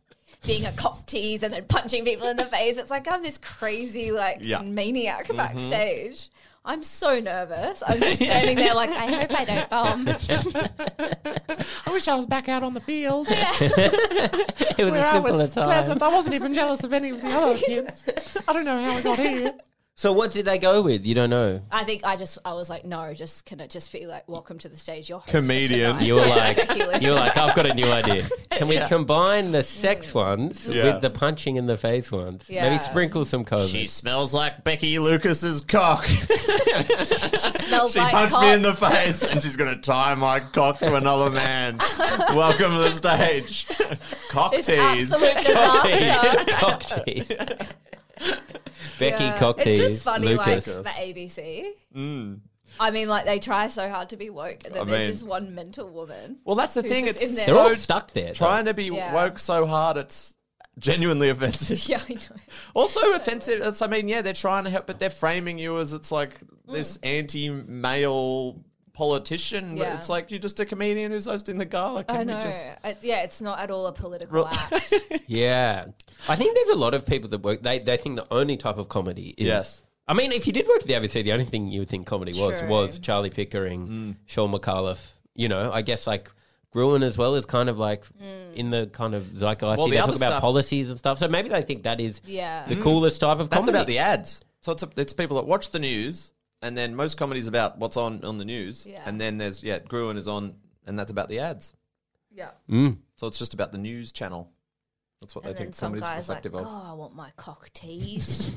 being a cop tease and then punching people in the face. It's like I'm this crazy like
Yeah. Mm-hmm.
maniac backstage. I'm so nervous. I'm just standing there like I hope I don't bomb.
I wish I was back out on the field.
it was a simpler time.
I wasn't even jealous of any of the other kids. I don't know how I got here.
So what did they go with? You don't know.
I think I just I was like no, just can it just be like welcome to the stage, your host
Comedian.
For
You were
tonight."
like,
Becky
you were
Lucas.
like, I've got a new idea. Can we combine the sex ones
Yeah.
with the punching in the face ones?
Yeah.
Maybe sprinkle some COVID.
She smells like Becky Lucas's cock.
she smells
She
like
punched me
cock.
in the face and she's going to tie my cock to another man. Welcome to the stage. cock
It's
tease.
absolute disaster.
cock tease. Becky
Yeah.
cock tease.
It's just funny,
Lucas.
like the ABC. I mean, like they try so hard to be woke, and then
Mm. I
there's
mean-
this one mental woman.
Well, that's the
Who's
thing.
just
It's
in there.
They're all
so
stuck there. though.
trying to be
Yeah.
woke so hard, it's genuinely offensive.
Yeah, I know.
Also offensive. That's, I mean, yeah, they're trying to help, but they're framing you as it's like this anti-male politician. But
Mm. Yeah.
it's like you're just a comedian who's hosting the gala. Can
I know.
we just?
I- yeah, it's not at all a political
Re-
act.
Yeah. I think there's a lot of people that work, they, they think the only type of comedy is.
Yes.
I mean, if you did work at the ABC, the only thing you would think comedy was
True.
was Charlie Pickering,
Mm.
Sean McAuliffe. You know, I guess like Gruen as well is kind of like
Mm.
in the kind of zeitgeist.
Well,
they
the
talk
other
about
stuff-
policies and stuff. So maybe they think that is
Yeah.
the coolest type of
That's
comedy.
about the ads. So it's it's people that watch the news, and then most comedies about what's on on the news.
Yeah.
And then there's yeah, Gruen is on, and that's about the ads.
yeah.
So it's just about the news channel. That's what
And
they
then
think
some
comedy's
guy's like,
reflective of.
Oh, I want my cock teased.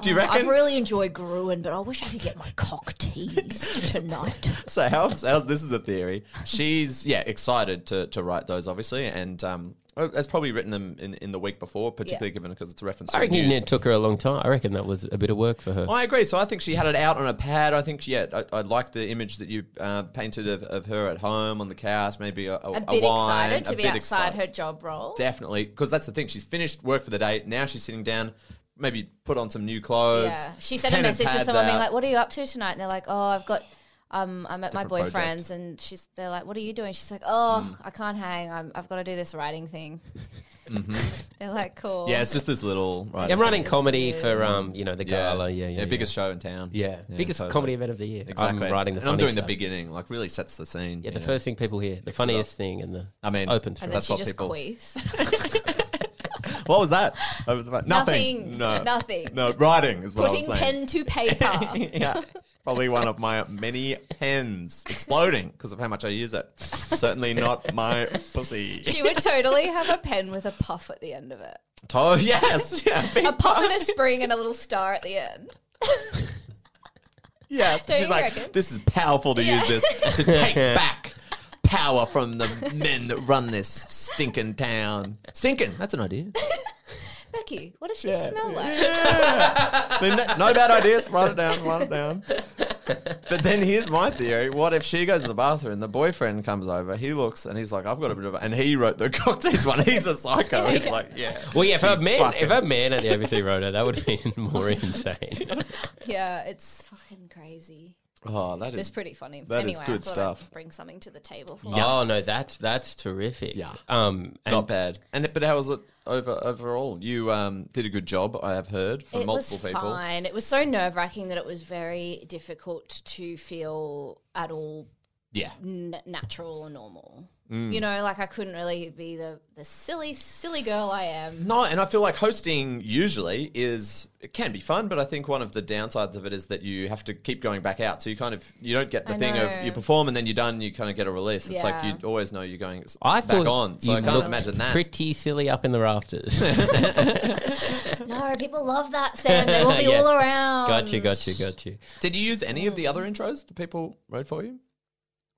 Do you
I
reckon?
really enjoy Gruen, but I wish I could get my cock teased tonight.
so how's, how's this is a theory. She's yeah excited to to write those obviously, and um, has probably written them in, in the week before, particularly given because it's a reference. To
I
the
reckon
news.
it took her a long time. I reckon that was a bit of work for her.
I agree. So I think she had it out on a pad. I think yeah, I, I like the image that you uh, painted of, of her at home on the couch, maybe a, a,
A bit
wine,
excited to
a
be
bit
outside
excited.
her job role.
Definitely, because that's the thing. She's finished work for the day. Now she's sitting down, maybe put on some new clothes.
Yeah. She sent
pen
a
and
message to
pads
someone being
out.
like, What are you up to tonight? And they're like, Oh, I've got um, I'm at my
different
boyfriend's
project. Mm.
and she's they're like, What are you doing? She's like, Oh, I can't hang. I'm, I've got to do this writing thing.
Mm-hmm.
they're like, Cool.
yeah, it's just this little. Right,
I'm running comedy
good.
for um, you know, the gala. Yeah, yeah, yeah.
biggest show in town.
yeah, biggest
totally.
comedy event of the year.
Exactly.
I'm writing the
and I'm doing
funny
the
stuff.
beginning, like really sets the scene.
Yeah, the
you know.
first thing people hear, the funniest thing, and the
I mean,
opens.
And
for
then
That's
us.
she
what
just
people-
queefs.
What was that? Over the-
Nothing.
Nothing. No.
Nothing.
No, writing is what
Putting
I was saying.
pen to paper.
yeah. Probably one of my many pens exploding because of how much I use it. Certainly not my pussy.
She would totally have a pen with a puff at the end of it.
Oh, yes. Yeah. big
A puff and a spring and a little star at the end.
Yes.
Don't
She's
you
like,
reckon?
this is powerful to use this to take back power from the men that run this stinking town. Stinking. That's an idea.
Becky, what does she smell like?
I mean, no, no bad ideas. Write it down. Write it down. But then here's my theory: What if she goes to the bathroom, the boyfriend comes over, he looks, and he's like, "I've got a bit of," a, and he wrote the cocktails one. He's a psycho. He's like, "Yeah,
Well, yeah, if a man,
fucking-
if a man at the ABC wrote it, that would have been more insane.
Yeah, it's fucking crazy.
oh, that
It's
is
pretty funny.
That
anyway,
is
I
good
thought
stuff.
I'd bring something to the table for you.
Oh no, that's that's terrific.
Yeah.
Um. And
not bad." And it- but how was it over overall? You um, did a good job, I have heard from
it
multiple
was
people.
fine. It was so nerve wracking that it was very difficult to feel at all
Yeah,
n- natural or normal.
Mm.
You know, like I couldn't really be the, the silly, silly girl I am.
No, and I feel like hosting usually is it can be fun, but I think one of the downsides of it is that you have to keep going back out. So you kind of you don't get the
I
thing of
know.
you perform and then you're done. You kind of get a release. It's like
Yeah.
you always know you're going s-
I
back
thought
on. So
you
I can't
looked
imagine that.
Pretty silly up in the rafters.
No, people love that, Sam. They will be
Yeah.
all around.
got you, got you, got you.
Did you use any of the other intros that people wrote for you?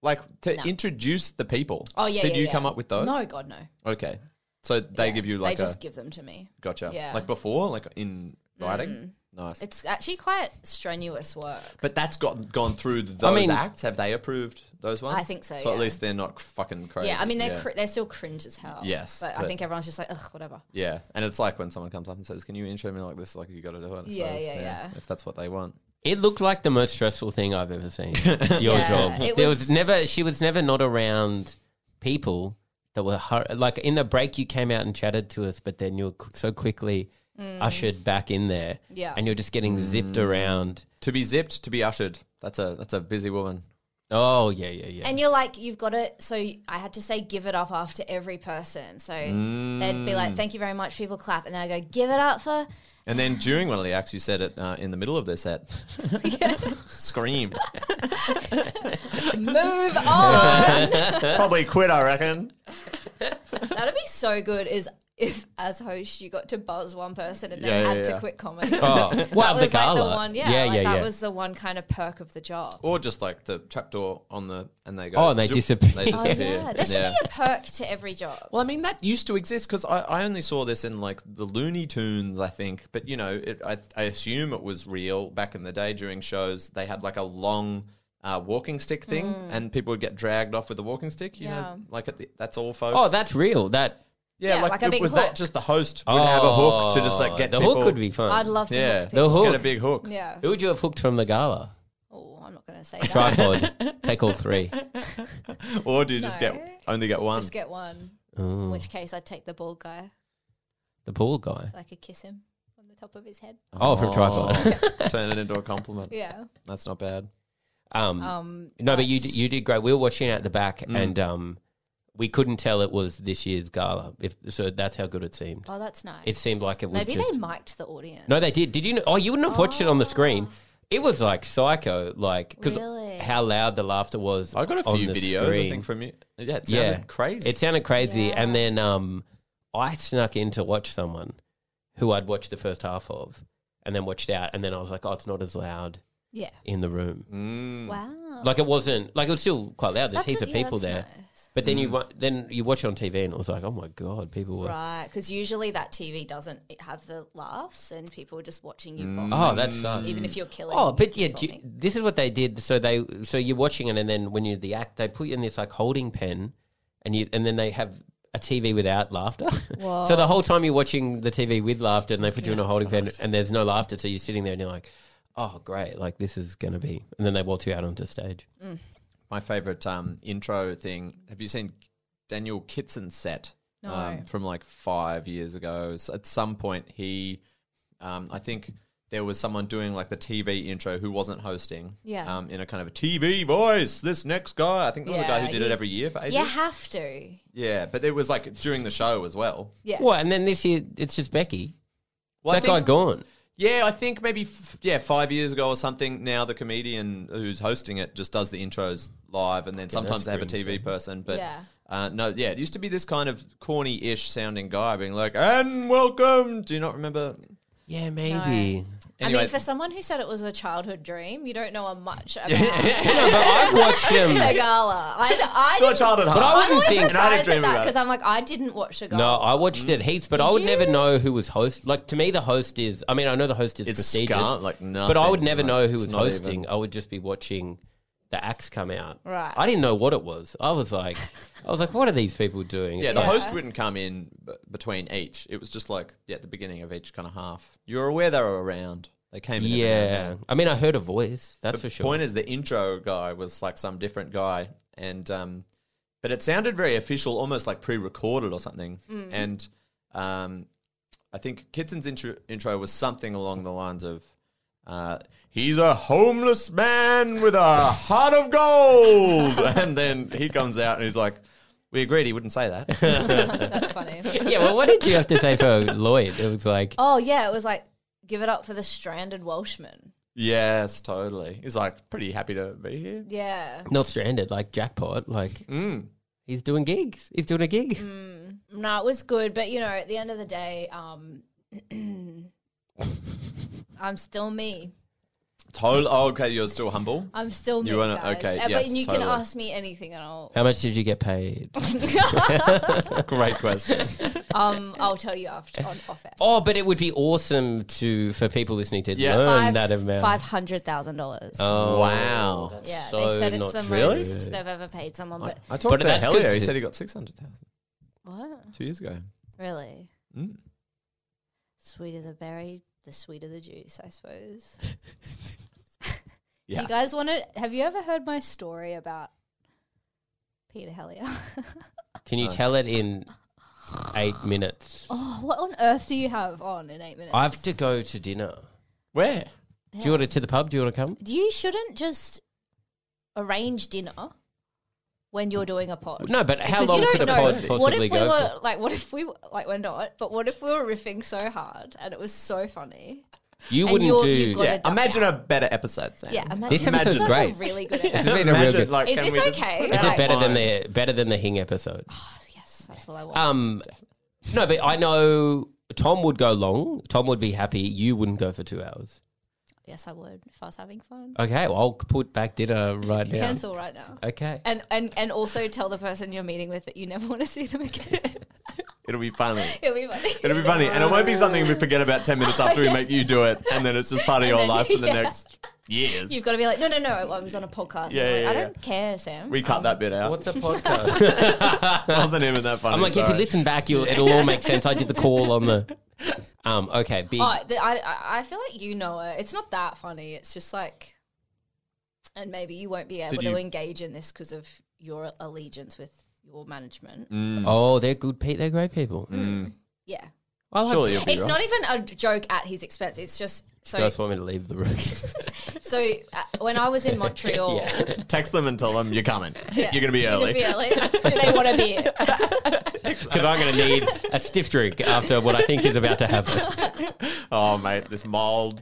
Like to introduce the people.
Oh, yeah.
Did
yeah,
you
yeah.
come up with those?
No, God, no.
Okay. So they
Yeah.
give you like
they
a
just give them to me.
gotcha.
yeah. Mm.
Like before, like in writing. Nice.
It's actually quite strenuous work.
But that's got gone through those
mean-
acts. Have they approved those ones?
I think so,
So at
yeah.
least they're not fucking crazy.
Yeah, I mean they're
yeah.
Cr- they're still cringe as hell.
Yes,
but,
but-
I think everyone's just like ugh, whatever.
yeah, and it's like when someone comes up and says, "Can you intro me like this?" Like you got to do it. I
Yeah,
suppose.
yeah, yeah.
If that's what they want.
It looked like the most stressful thing I've ever seen. Your
Yeah,
job.
it
There was,
was-
never. She was never not around people that were hur- like in the break. You came out and chatted to us, but then you were qu- so quickly ushered back in there.
Mm. Yeah.
and you're just getting zipped
Mm.
around.
To be zipped, to be ushered. That's a that's a busy woman.
Oh yeah, yeah, yeah.
And you're like, you've got to. So I had to say, give it up after every person. So they'd be
Mm.
like, thank you very much. People clap, and then I go, give it up for.
And then during one of the acts, you said it uh, in the middle of their set. Scream.
Move on.
Probably quit. I reckon.
That'd be so good. Is if as host you got to buzz one person and they
Yeah, yeah,
had
yeah.
to quit comedy.
oh, wow,
That
the
was like
gala.
the one. Yeah,
yeah,
like
yeah.
that
yeah.
was the one kind of perk of the job.
Or just like the trapdoor on the and they go.
Oh, and they
zoop.
disappear.
They
Oh,
Yeah,
disappear.
there should
Yeah.
be a perk to every job.
Well, I mean that used to exist because I, I only saw this in like the Looney Tunes, I think. But you know, it, I, I assume it was real back in the day during shows. They had like a long uh, walking stick thing,
Mm.
and people would get dragged off with a walking stick. You know, like at the, that's all, folks.
Oh, that's real. That
Yeah,
Yeah,
like,
like a
it-
big
was
hook.
that just the host would have a hook to just like
Oh,
get
the
people?
hook would be fun.
I'd love to.
Yeah,
book
The
pictures.
hook.
get a big hook.
Yeah.
Who would you have hooked from the gala?
Oh, I'm not going to say that.
Tripod. Take all three.
Or do you just
No.
get only get one?
Just get one. In
Ooh,
which case, I'd take the bald guy.
the pool guy.
I could kiss him on the top of his head.
Oh, from tripod.
Turn it into a compliment.
Yeah.
That's not bad.
um,
Um.
no, but you d- you did great. We were watching it at the back,
Mm.
and um, we couldn't tell it was this year's gala. If so, that's how good it seemed.
Oh, that's nice.
It seemed like it was
Maybe
just
they mic'd the audience.
no. They did. Did you? Know, oh, you wouldn't have watched it on the screen.
Oh.
It was like psycho, like because
Really?
how loud the laughter was.
I got a
on
few
the
videos I
screen.
think from you. Yeah, it sounded
yeah,
crazy.
It sounded crazy,
Yeah.
and then um, I snuck in to watch someone who I'd watched the first half of, and then watched out, and then I was like, oh, it's not as loud
Yeah.
in the room.
Mm.
Wow.
Like it wasn't like it was still quite loud. There's
That's
heaps
a-
of
yeah,
people
that's
there,
nice.
but
Mm.
then you wa- then you watch it on TV and it was like, oh my god, people were.
Right, because usually that TV doesn't have the laughs, and people are just watching you.
Oh,
vomit,
Mm.
that sucks.
even if you're killing.
Oh, but yeah, do you-
vomit.
this is what they did. So they, so you're watching it, and then when you're the act, they put you in this like holding pen, and you, and then they have a TV without laughter. so the whole time you're watching the TV with laughter, and they put you in a holding pen, and there's no laughter. So you're sitting there, and you're like, oh great, like this is gonna be, and then they waltz you out onto stage.
My favorite um, intro thing. Have you seen Daniel Kitson's set um, from like five years ago? So at some point, he, um, I think there was someone doing like the TV intro who wasn't hosting.
Yeah.
Um, in a kind of a TV voice. This next guy. I think there was a guy
Yeah,
who did
he-
it every year for ages.
you have to.
Yeah, but it was like during the show as well.
Yeah.
Well, and then this year it's just Becky.
Well, I
that guy
think-
gone.
Yeah, I think maybe f- yeah, five years ago or something. Now the comedian who's hosting it just does the intros live, and then
that's
sometimes they have a
pretty
TV person. But
Yeah.
uh, no, yeah, it used to be this kind of corny-ish sounding guy being like, "And welcome." Do you not remember?
Yeah, maybe.
I
Anyway.
mean, for someone who said it was a childhood dream, you don't know a much about
No, but I've watched
the
them.
gala. I, I
It's not
didn't-
childhood
But I
heart.
wouldn't think.
And I didn't
surprised
dream
at that
about it.
because I'm like, I didn't watch the
No,
gala.
I watched it heaps, but I would
you?
never know who was host. Like to me, the host is. I mean, I know the host is
It's
prestigious,
scant, like
but I would
nothing,
never
like,
know who
it's
was
not even-
hosting. I would just be watching the acts come out.
Right.
I didn't know what it was. I was like, I was like, what are these people doing?
Yeah,
It's
the
like-
host wouldn't come in b- between each. It was just like yeah, at the beginning of each kind of half. You were aware they were around. They came in. every now and then.
yeah. I mean, I heard a voice. That's for sure.
Point is, the intro guy was like some different guy, and um, but it sounded very official, almost like pre-recorded or something.
Mm.
And um, I think Kitson's intro, intro was something along the lines of, uh, "He's a homeless man with a heart of gold," and then he comes out and he's like, "We agreed he wouldn't say that."
That's funny.
yeah. Well, what did you have to say for Lloyd? It was like,
oh yeah, it was like, give it up for the stranded Welshman.
yes, totally. He's like pretty happy to be here.
Yeah.
not stranded, like jackpot, like. He's doing gigs. He's doing a gig.
Mm. No, it was good, but you know, at the end of the day, um, I'm still me.
Totally. Oh, okay, you're still humble.
I'm still me.
You wanna-
guys.
okay,
Uh,
yes,
but you can
totally.
ask me anything, and I'll
How much did you get paid?
Great question.
um, I'll tell you after on off air.
Oh, but it would be awesome to for people listening to
Yeah.
learn that amount.
Five hundred thousand dollars.
Oh, wow.
Yeah,
Oh, so
they said it's
not
the
true.
most they've ever paid someone. But
I talked
But
to
that's
Helio.
good
He
to-
said he got six hundred thousand
what?
two years ago.
Really?
Mm.
Sweeter the berry, the sweeter the juice, I suppose. Do
Yeah.
you guys want to? Have you ever heard my story about Peter Hellier?
Can you tell it in eight minutes?
oh, what on earth do you have on in eight minutes?
I have to go to dinner.
Where?
Do you want to to the pub? Do you want to come?
you shouldn't just arrange dinner when you're doing a pod.
No, but how
Because
long
you
could the
don't know.
pod possibly
what if we
go?
were
for?
like? What if we were- like? We're not. But what if we were riffing so hard and it was so funny?
You
and
wouldn't
you're-
do.
you've got
Yeah.
to duck
Imagine
out.
a better episode. Sam.
Yeah, imagine.
This episode's
It's
great.
Like a really good
It's
episode.
been a real
Imagine,
good.
like,
Is
can
this
we just
okay?
put
Is
is
out
it better than
mine?
the better than the Hing episode?
yes, that's what I want.
Um, no, but I know Tom would go long. Tom would be happy. You wouldn't go for two hours.
yes, I would if I was having fun.
Okay, well, I'll put back dinner right now.
Cancel right now.
Okay.
And, and and also tell the person you're meeting with that you never want to see them again.
It'll be funny.
It'll be funny.
It'll be funny, and it won't be something we forget about ten minutes after we make you do it, and then it's just part of your
then-
life for the
yeah.
next years.
You've got to be like, no, no, no. I was on a podcast.
Yeah,
I'm like,
yeah,
I
yeah.
don't care, Sam.
we cut that bit out.
What's a podcast?
wasn't even that funny.
I'm like, if you
sorry.
listen back, you'll, it'll all make sense. I did the call on the. Um. Okay. Big.
Oh, the, I, I- I feel like you know it. It's not that funny. It's just like, and maybe you won't be able
Did
to
you-
engage in this because of your allegiance with your management.
Mm.
Oh, they're good. Pe- they're great people.
Yeah.
I like.
surely you'll be
It's
right.
not even a joke at his expense. It's just
You
so.
guys want me to leave the room?
So uh, when I was in Montreal,
Text them and tell them you're coming. You're gonna be
Gonna
early.
be early. do they want to be? here?
Because I'm going to need a stiff drink after what I think is about to happen.
Oh mate, this mild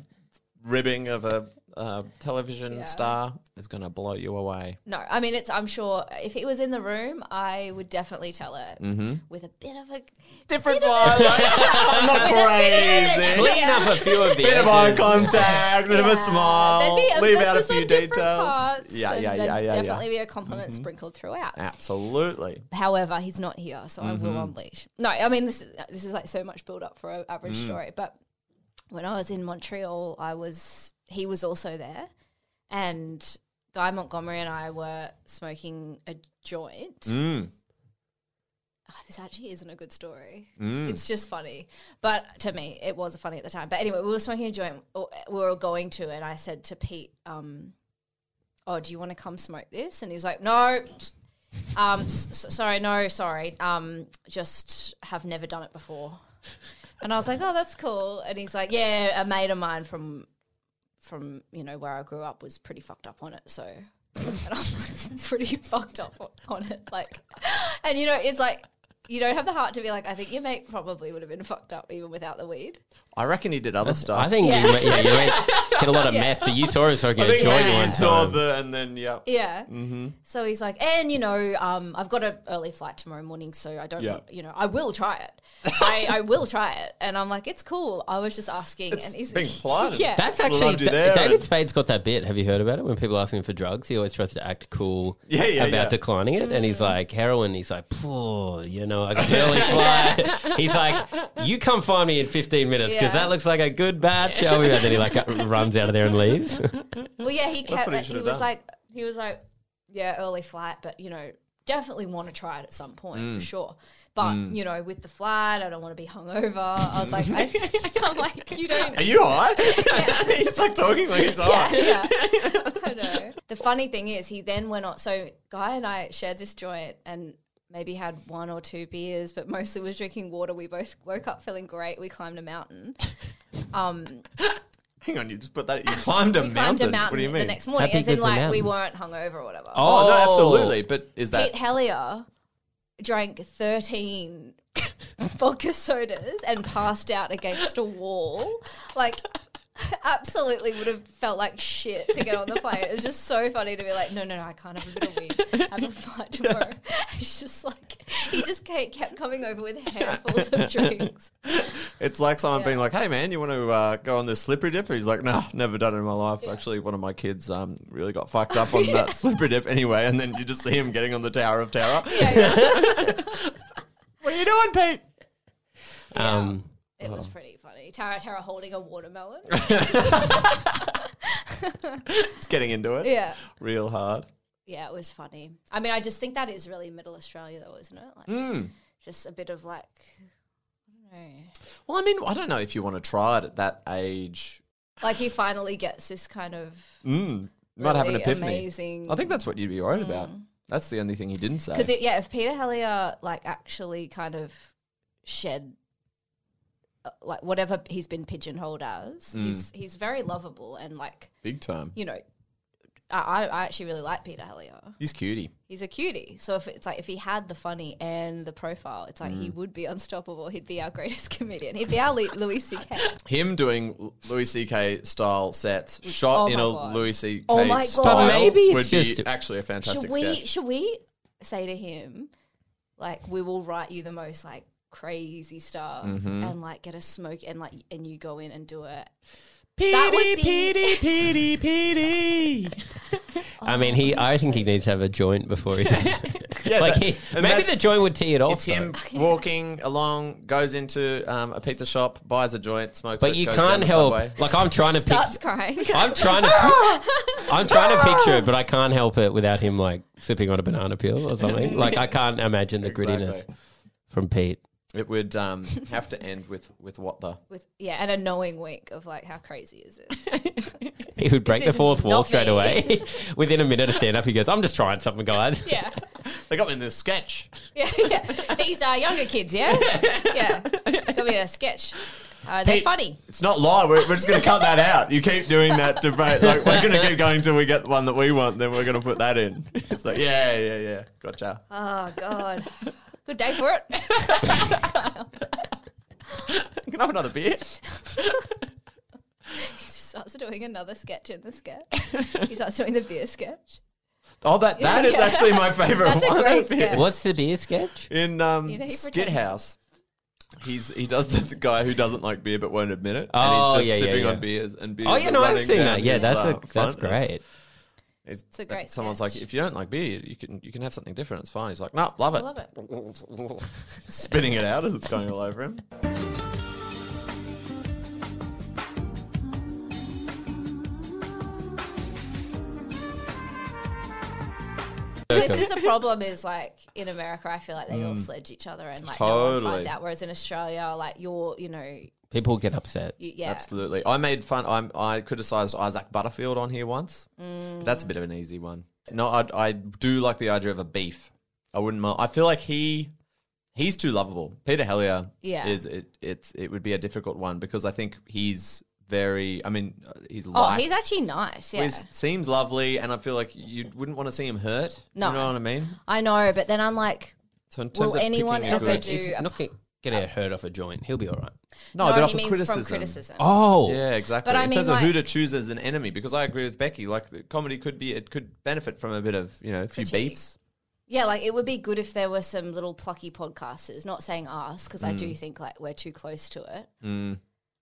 ribbing of a uh, television star is gonna blow you away.
No, I mean it's. I'm sure if it was in the room, I would definitely tell it
Mm-hmm.
with a bit of a
Different vibe. I'm not crazy.
Clean up a few of the
Bit of eye
edges.
contact, bit of
Yeah,
a smile.
there'd be
Leave out a
emphasis
few
on different
details.
parts,
Yeah,
and
yeah,
there'd
yeah, yeah, Mm-hmm.
Definitely
yeah.
be a compliment sprinkled throughout.
Absolutely.
However, he's not here, so I will unleash. No, I mean this. Is, this is like so much build up for an average story. But when I was in Montreal, I was he was also there, and Guy Montgomery and I were smoking a joint.
Mm.
Oh, this actually isn't a good story. It's just funny, but to me, it was funny at the time. But anyway, we were smoking a joint. or- We were going to, and I said to Pete, um, "Oh, do you want to come smoke this?" And he was like, "No." Um, s- s- sorry, no, sorry. Um, just have never done it before. And I was like, oh, that's cool. And he's like, yeah, a mate of mine from from you know where I grew up was pretty fucked up on it. So, and I'm pretty fucked up on, on it. Like, and you know, it's like you don't have the heart to be like, I think your mate probably would have been fucked up even without the weed.
I reckon he did other stuff.
I think
Yeah.
you, yeah, you went, did a lot of meth. You saw us smoking a joint
you
one
saw
time.
the and then yeah.
Yeah.
Mm-hmm.
So he's like, and you know, um, I've got an early flight tomorrow morning, so I don't,
Yeah.
want- you know, I will try it. I, I will try it. And I'm like, it's cool. I was just asking. and he's
being polite.
Yeah.
That's
We'll
actually
have you
Da-
there
David
and-
Spade's got that bit. Have you heard about it? When people ask him for drugs, he always tries to act cool
Yeah, yeah,
about
yeah.
declining it, and he's like heroin. He's like, "Phew, you know, I got an early flight. He's like, you come find me in fifteen minutes because
Yeah.
that looks like a good batch. Oh, yeah. Then he like runs out of there and leaves.
well, yeah, he kept,
what he
like,
should
he
have
was
done.
like, he was like, yeah, early flight, but you know, definitely want to try it at some point
Mm.
for sure. But you know, with the flight, I don't want to be hungover. I was like, I, I'm like, you don't.
Are you high? he's like talking like he's high.
yeah. I know. The funny thing is, he then went on. So, Guy and I shared this joint and maybe had one or two beers, but mostly was drinking water. We both woke up feeling great. We climbed a mountain.
Hang on, you just put that. You climbed a,
We
mountain.
climbed a mountain
What do you mean?
the next morning,
How big
as in,
is the
like, we
mountain?
weren't hungover or whatever.
oh, no, absolutely. But is that
Pete Hellier drank 13 vodka sodas and passed out against a wall. Like, absolutely would have felt like shit to get on the plane. It was just so funny to be like, no, no, no, I can't have a bit of weed. Have a flight tomorrow. It's just like, he just ca- kept coming over with handfuls of drinks.
it's like someone
Yeah.
being like, "Hey man, you want to uh, go on this slippery dip?" And he's like, "No, never done it in my life." Actually, one of my kids um, really got fucked up on that slippery dip anyway. And then you just see him getting on the Tower of Terror.
Yeah, yeah.
What are you doing, Pete?
Um,
It was pretty funny. Tara Tara holding a watermelon.
It's getting into it.
Yeah.
real hard.
Yeah, it was funny. I mean, I just think that is really middle Australia, though, isn't it? Like,
Hmm.
just a bit of like, I don't know.
Well, I mean, I don't know if you want to try it at that age. Mm,
Like he finally gets this kind of
You might have an
Really
epiphany.
amazing- Mm.
I think that's what you'd be worried about. That's the only thing he didn't say.
because yeah, if Peter Hellier like actually kind of shed uh, like whatever he's been pigeonholed as,
Hmm.
he's he's very lovable and like
Big time.
you know, I I I actually really like Peter Hellier.
He's cutie.
He's a cutie, so if it's like if he had the funny and the profile, it's like he would be unstoppable. He'd be our greatest comedian. He'd be our Lee- Louis C.K.
Him doing Louis C.K. style sets, shot
Oh
in
my
a
God.
Louis C.K.
Oh my God.
style,
But
maybe it's
would
just-
be actually a fantastic
should we
sketch.
should we say to him like we will write you the most like crazy stuff and like get a smoke and like and you go in and do it That would
Petey,
be-
Petey, Petey, Petey. I mean, he. I think he needs to have a joint before he. Does.
Yeah,
like
that-
he,
and
maybe
that's-
the joint would tee it off.
It's him
though.
walking along, goes into um, a pizza shop, buys a joint, smokes
But
it,
you
goes down
can't
the
help.
subway.
Like I'm trying to
starts
picture.
crying.
I'm trying to. I'm trying to picture it, but I can't help it without him like sipping on a banana peel or something. Like I can't imagine the grittiness
Exactly.
from Pete.
It would um, have to end with, with what the.
With yeah, and a knowing wink of like, how crazy is it?
He would break the
is
fourth wall
not
straight
me.
away. Within a minute of stand up, he goes, "I'm just trying something, guys."
yeah.
They got me in this sketch.
yeah, yeah. These are younger kids, yeah, yeah. Got me a sketch. Uh, they're
Pete-
funny.
It's not live. We're, we're just going to cut that out. You keep doing that debate. Like we're going to keep going till we get the one that we want. Then we're going to put that in. It's like yeah, yeah, yeah. Gotcha.
Oh God, good day for it.
Can I have another beer?
starts doing another sketch in the sketch. He starts doing the beer sketch.
Oh, that that is
Yeah.
actually my favorite
That's a
one.
great sketch.
What's the beer sketch?
In um,
You know, he
Skit
pretends-
House, he's he does the, the guy who doesn't like beer but won't admit it,
Oh,
and he's just
yeah, yeah,
sipping
yeah.
on beers and beers.
Oh yeah,
are
no, I've
running
seen
down
that. Yeah,
his,
that's
uh,
a, that's
front. It's-
great.
It's,
a great
Someone's
sketch.
like, if you don't like beer, you can you can have something different. It's fine. He's like, no, love it.
love it.
Spinning it out as it's going all over him.
This is a problem. Is like in America, I feel like they all sledge each other and like no one
Mm. Totally.
finds out. Whereas in Australia, like you're, you know, you,
People get upset.
yeah,
Absolutely. I made fun. I'm, I criticized Isaac Butterfield on here once.
Mm.
But that's a bit of an easy one. No, I, I do like the idea of a beef. I wouldn't. mi- I feel like he he's too lovable. Peter Hellier
Yeah.
is it. It's it would be a difficult one because I think he's very. I mean, uh, he's
Oh,
liked.
he's actually nice. Yeah,
He seems lovely, and I feel like you wouldn't want to see him hurt.
No.
You know what I mean?
I know, but then I'm like,
So in terms
Will
of
anyone
picking a
ever
good-
do-
He's not get- getting hurt off a joint. He'll be all right.
No,
no,
but off
he
of
means
criticism.
from criticism.
Oh,
Yeah, exactly.
But I
in
mean,
terms of who
like-
to choose as an enemy, because I agree with Becky. Like, the comedy could be it could benefit from a bit of you know a few
Critique.
beefs.
Yeah, like it would be good if there were some little plucky podcasters, not saying us, because I
Mm.
do think like we're too close to it.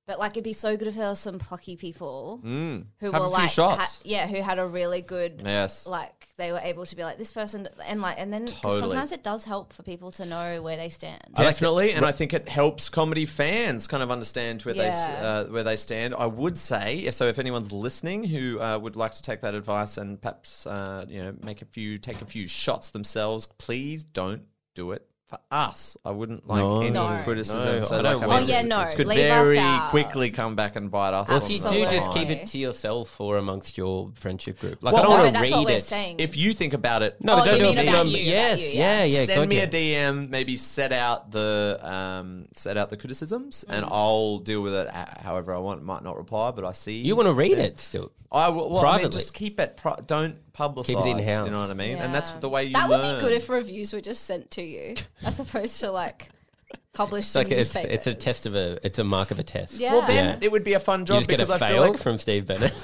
But like it'd be so good if there were some plucky people who
Mm. Have
were
a few
like,
shots.
yeah, who had a really good,
Yes.
like they were able to be like this person, and like, and then 'cause
Totally.
sometimes it does help for people to know where they stand.
like
Definitely, and I think it helps comedy fans kind of understand where they s-
Yeah.
uh, where they stand. I would say so. If anyone's listening who uh, would like to take that advice and perhaps uh, you know make a few take a few shots themselves, please don't do it for us. I wouldn't like
No.
any
No.
criticism.
No,
so
I
like,
don't
mean,
want
this
Oh, yeah,
no,
this could
leave us
very
out.
quickly come back and bite us.
Well, if you do,
on the
just
behind.
keep it
Absolutely.
to yourself or amongst your friendship group. Like I
Well,
don't
no,
want to
but that's
read
what we're
it.
saying.
If you think about it,
No, but
Oh,
don't
you
do
mean
it.
about
Um,
you, about
yes,
you, yeah.
yeah, yeah.
send me
gotcha.
a DM. Maybe set out the um, set out the criticisms,
Mm-hmm.
and I'll deal with it h- however I want. Might not reply, but I see
You want to read it still?
I will. Well, I mean,
privately.
just keep it. Pri- don't publicize.
in-house.
You know what I mean? And that's
Yeah.
the way you
that would
learn.
be good if reviews were just sent to you as opposed to like published.
It's like
in
it's it's a
newspapers.
test of a it's a mark of a test.
Yeah.
well, then
Yeah.
it would be a fun
You
job
just get a
because
fail
I feel like
from Steve Bennett.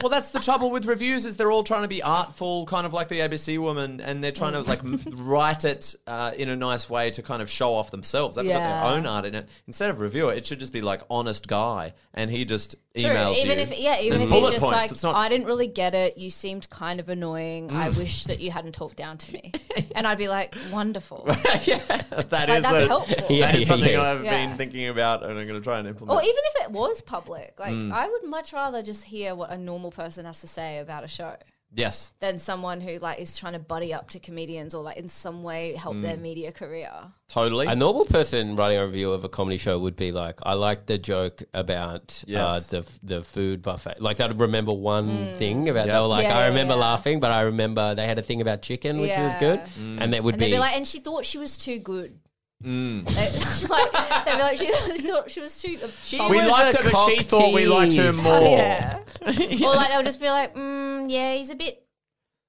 Well, that's the trouble with reviews is they're all trying to be artful, kind of like the ABC woman, and they're trying to like m- write it uh, in a nice way to kind of show off themselves. They've got
Yeah.
their own art in it. Instead of reviewer, it should just be like honest guy, and he just
True.
emails
even
you.
if yeah, even
It's
if he's
bullet
just
points.
like,
It's not- Mm.
I didn't really get it. You seemed kind of annoying. I wish that you hadn't talked down to me. and I'd be like, wonderful. Like,
yeah, that is
that's
a-
helpful.
Yeah.
that is something
yeah.
I've
Yeah.
been thinking about, and I'm going to try and
Or e-
implement.
even if it was public, like
Mm.
I would much rather just hear what a normal person has to say about a show
yes,
than someone who like is trying to buddy up to comedians or like in some way help their
Mm.
media career.
totally.
A normal person writing a review of a comedy show would be like, "I like the joke about uh,
Yes.
the the food buffet." Like they'd remember one thing about. They
Yeah.
were like,
Mm. Yeah,
"I
yeah,
remember
yeah.
laughing, but I remember they had a thing about chicken, which was
Yeah.
good."
Mm.
And that would
And they'd
be,
be like, and she thought she was too good.
Mm.
They- like, they'd be like, she thought she was too.
"She
we
was
liked
a
her, but she thought we liked her
cocktease."
more.
Yeah. Or like they'll just be like, mm, yeah, he's a bit,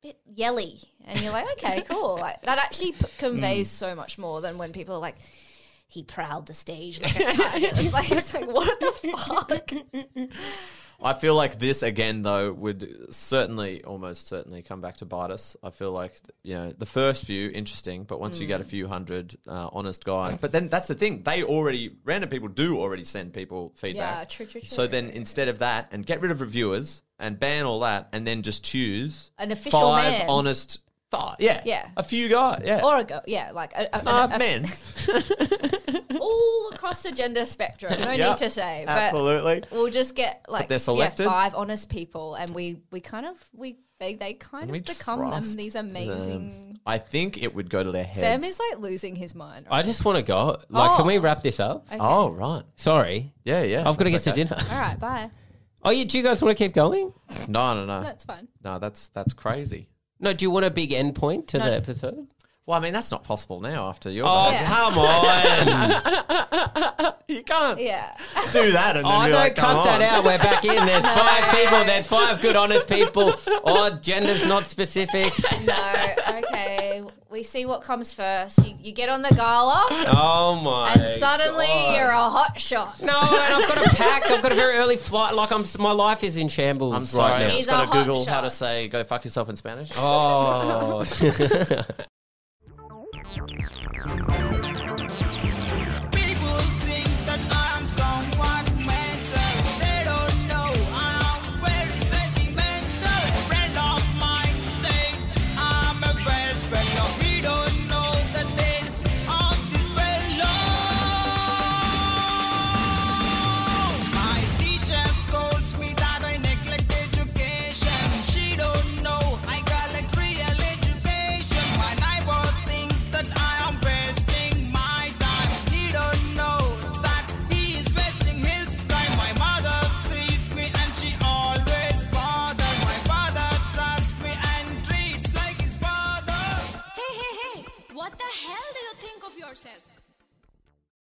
bit yelly, and you're like, okay, cool. Like that actually p- conveys
Mm.
so much more than when people are like, he prowled the stage like a tiger. like it's like, what the fuck?
I feel like this again though would certainly, almost certainly, come back to bite us. I feel like you know the first few interesting, but once you get a
Mm.
few hundred, uh, honest guy. But then that's the thing; they already random people do already send people feedback.
Yeah, true, true, true.
So then instead of that, and get rid of reviewers and ban all that, and then just choose
An official
five
man.
honest. Thought. Yeah,
Yeah.
a few guys, yeah,
Or a girl, yeah, like a, a,
five
a- a-
men.
all across the gender spectrum. No
Yeah,
need to say, but
absolutely.
we'll just get like
they're
yeah,
selected?
five honest people, and we we kind of we they they kind
We
of become them
trust
these
them.
amazing.
I think it would go to their heads.
Sam is like losing his mind.
I just want to go. Like, can
Oh.
we wrap this up?
oh right,
Sorry,
yeah, yeah.
I've got to get
that's
to
okay.
dinner.
All right, bye.
Oh, yeah. Do you guys want to keep going?
No, no, no,
That's fine.
no. That's that's crazy.
No. Do you want a big end point to the episode?
Well, I mean, that's not possible now after your.
Oh,
Yeah.
come on!
You can't
Yeah.
do that. And then
oh,
be
no,
like,
cut
"Come
that
on."
out. We're back in. There's five people. There's five good, honest people. Oh, gender's not specific.
No. Okay. We see what comes first. You, you get on the gala,
Oh my!
and suddenly
God.
you're a hot shot.
No, and I've got a pack. I've got a very early flight. Like I'm, my life is in shambles
I'm sorry.
right
I
now.
He's
just
a
got to
hot
Google how
shot.
to say "go fuck yourself" in Spanish.
Oh.
People think that I'm someone mental. They don't know I'm very sentimental. Friend of mine say I'm a best friend. No, we don't know the thing of this fellow. My teacher scolds me that I neglect education. She don't know I collect real education. My neighbor thinks that I am wasting my time. He don't know that he is wasting his time. My mother sees me and she always bothers. My father trusts me and treats like his father.
Hey, hey, hey! What the hell do you think of yourself?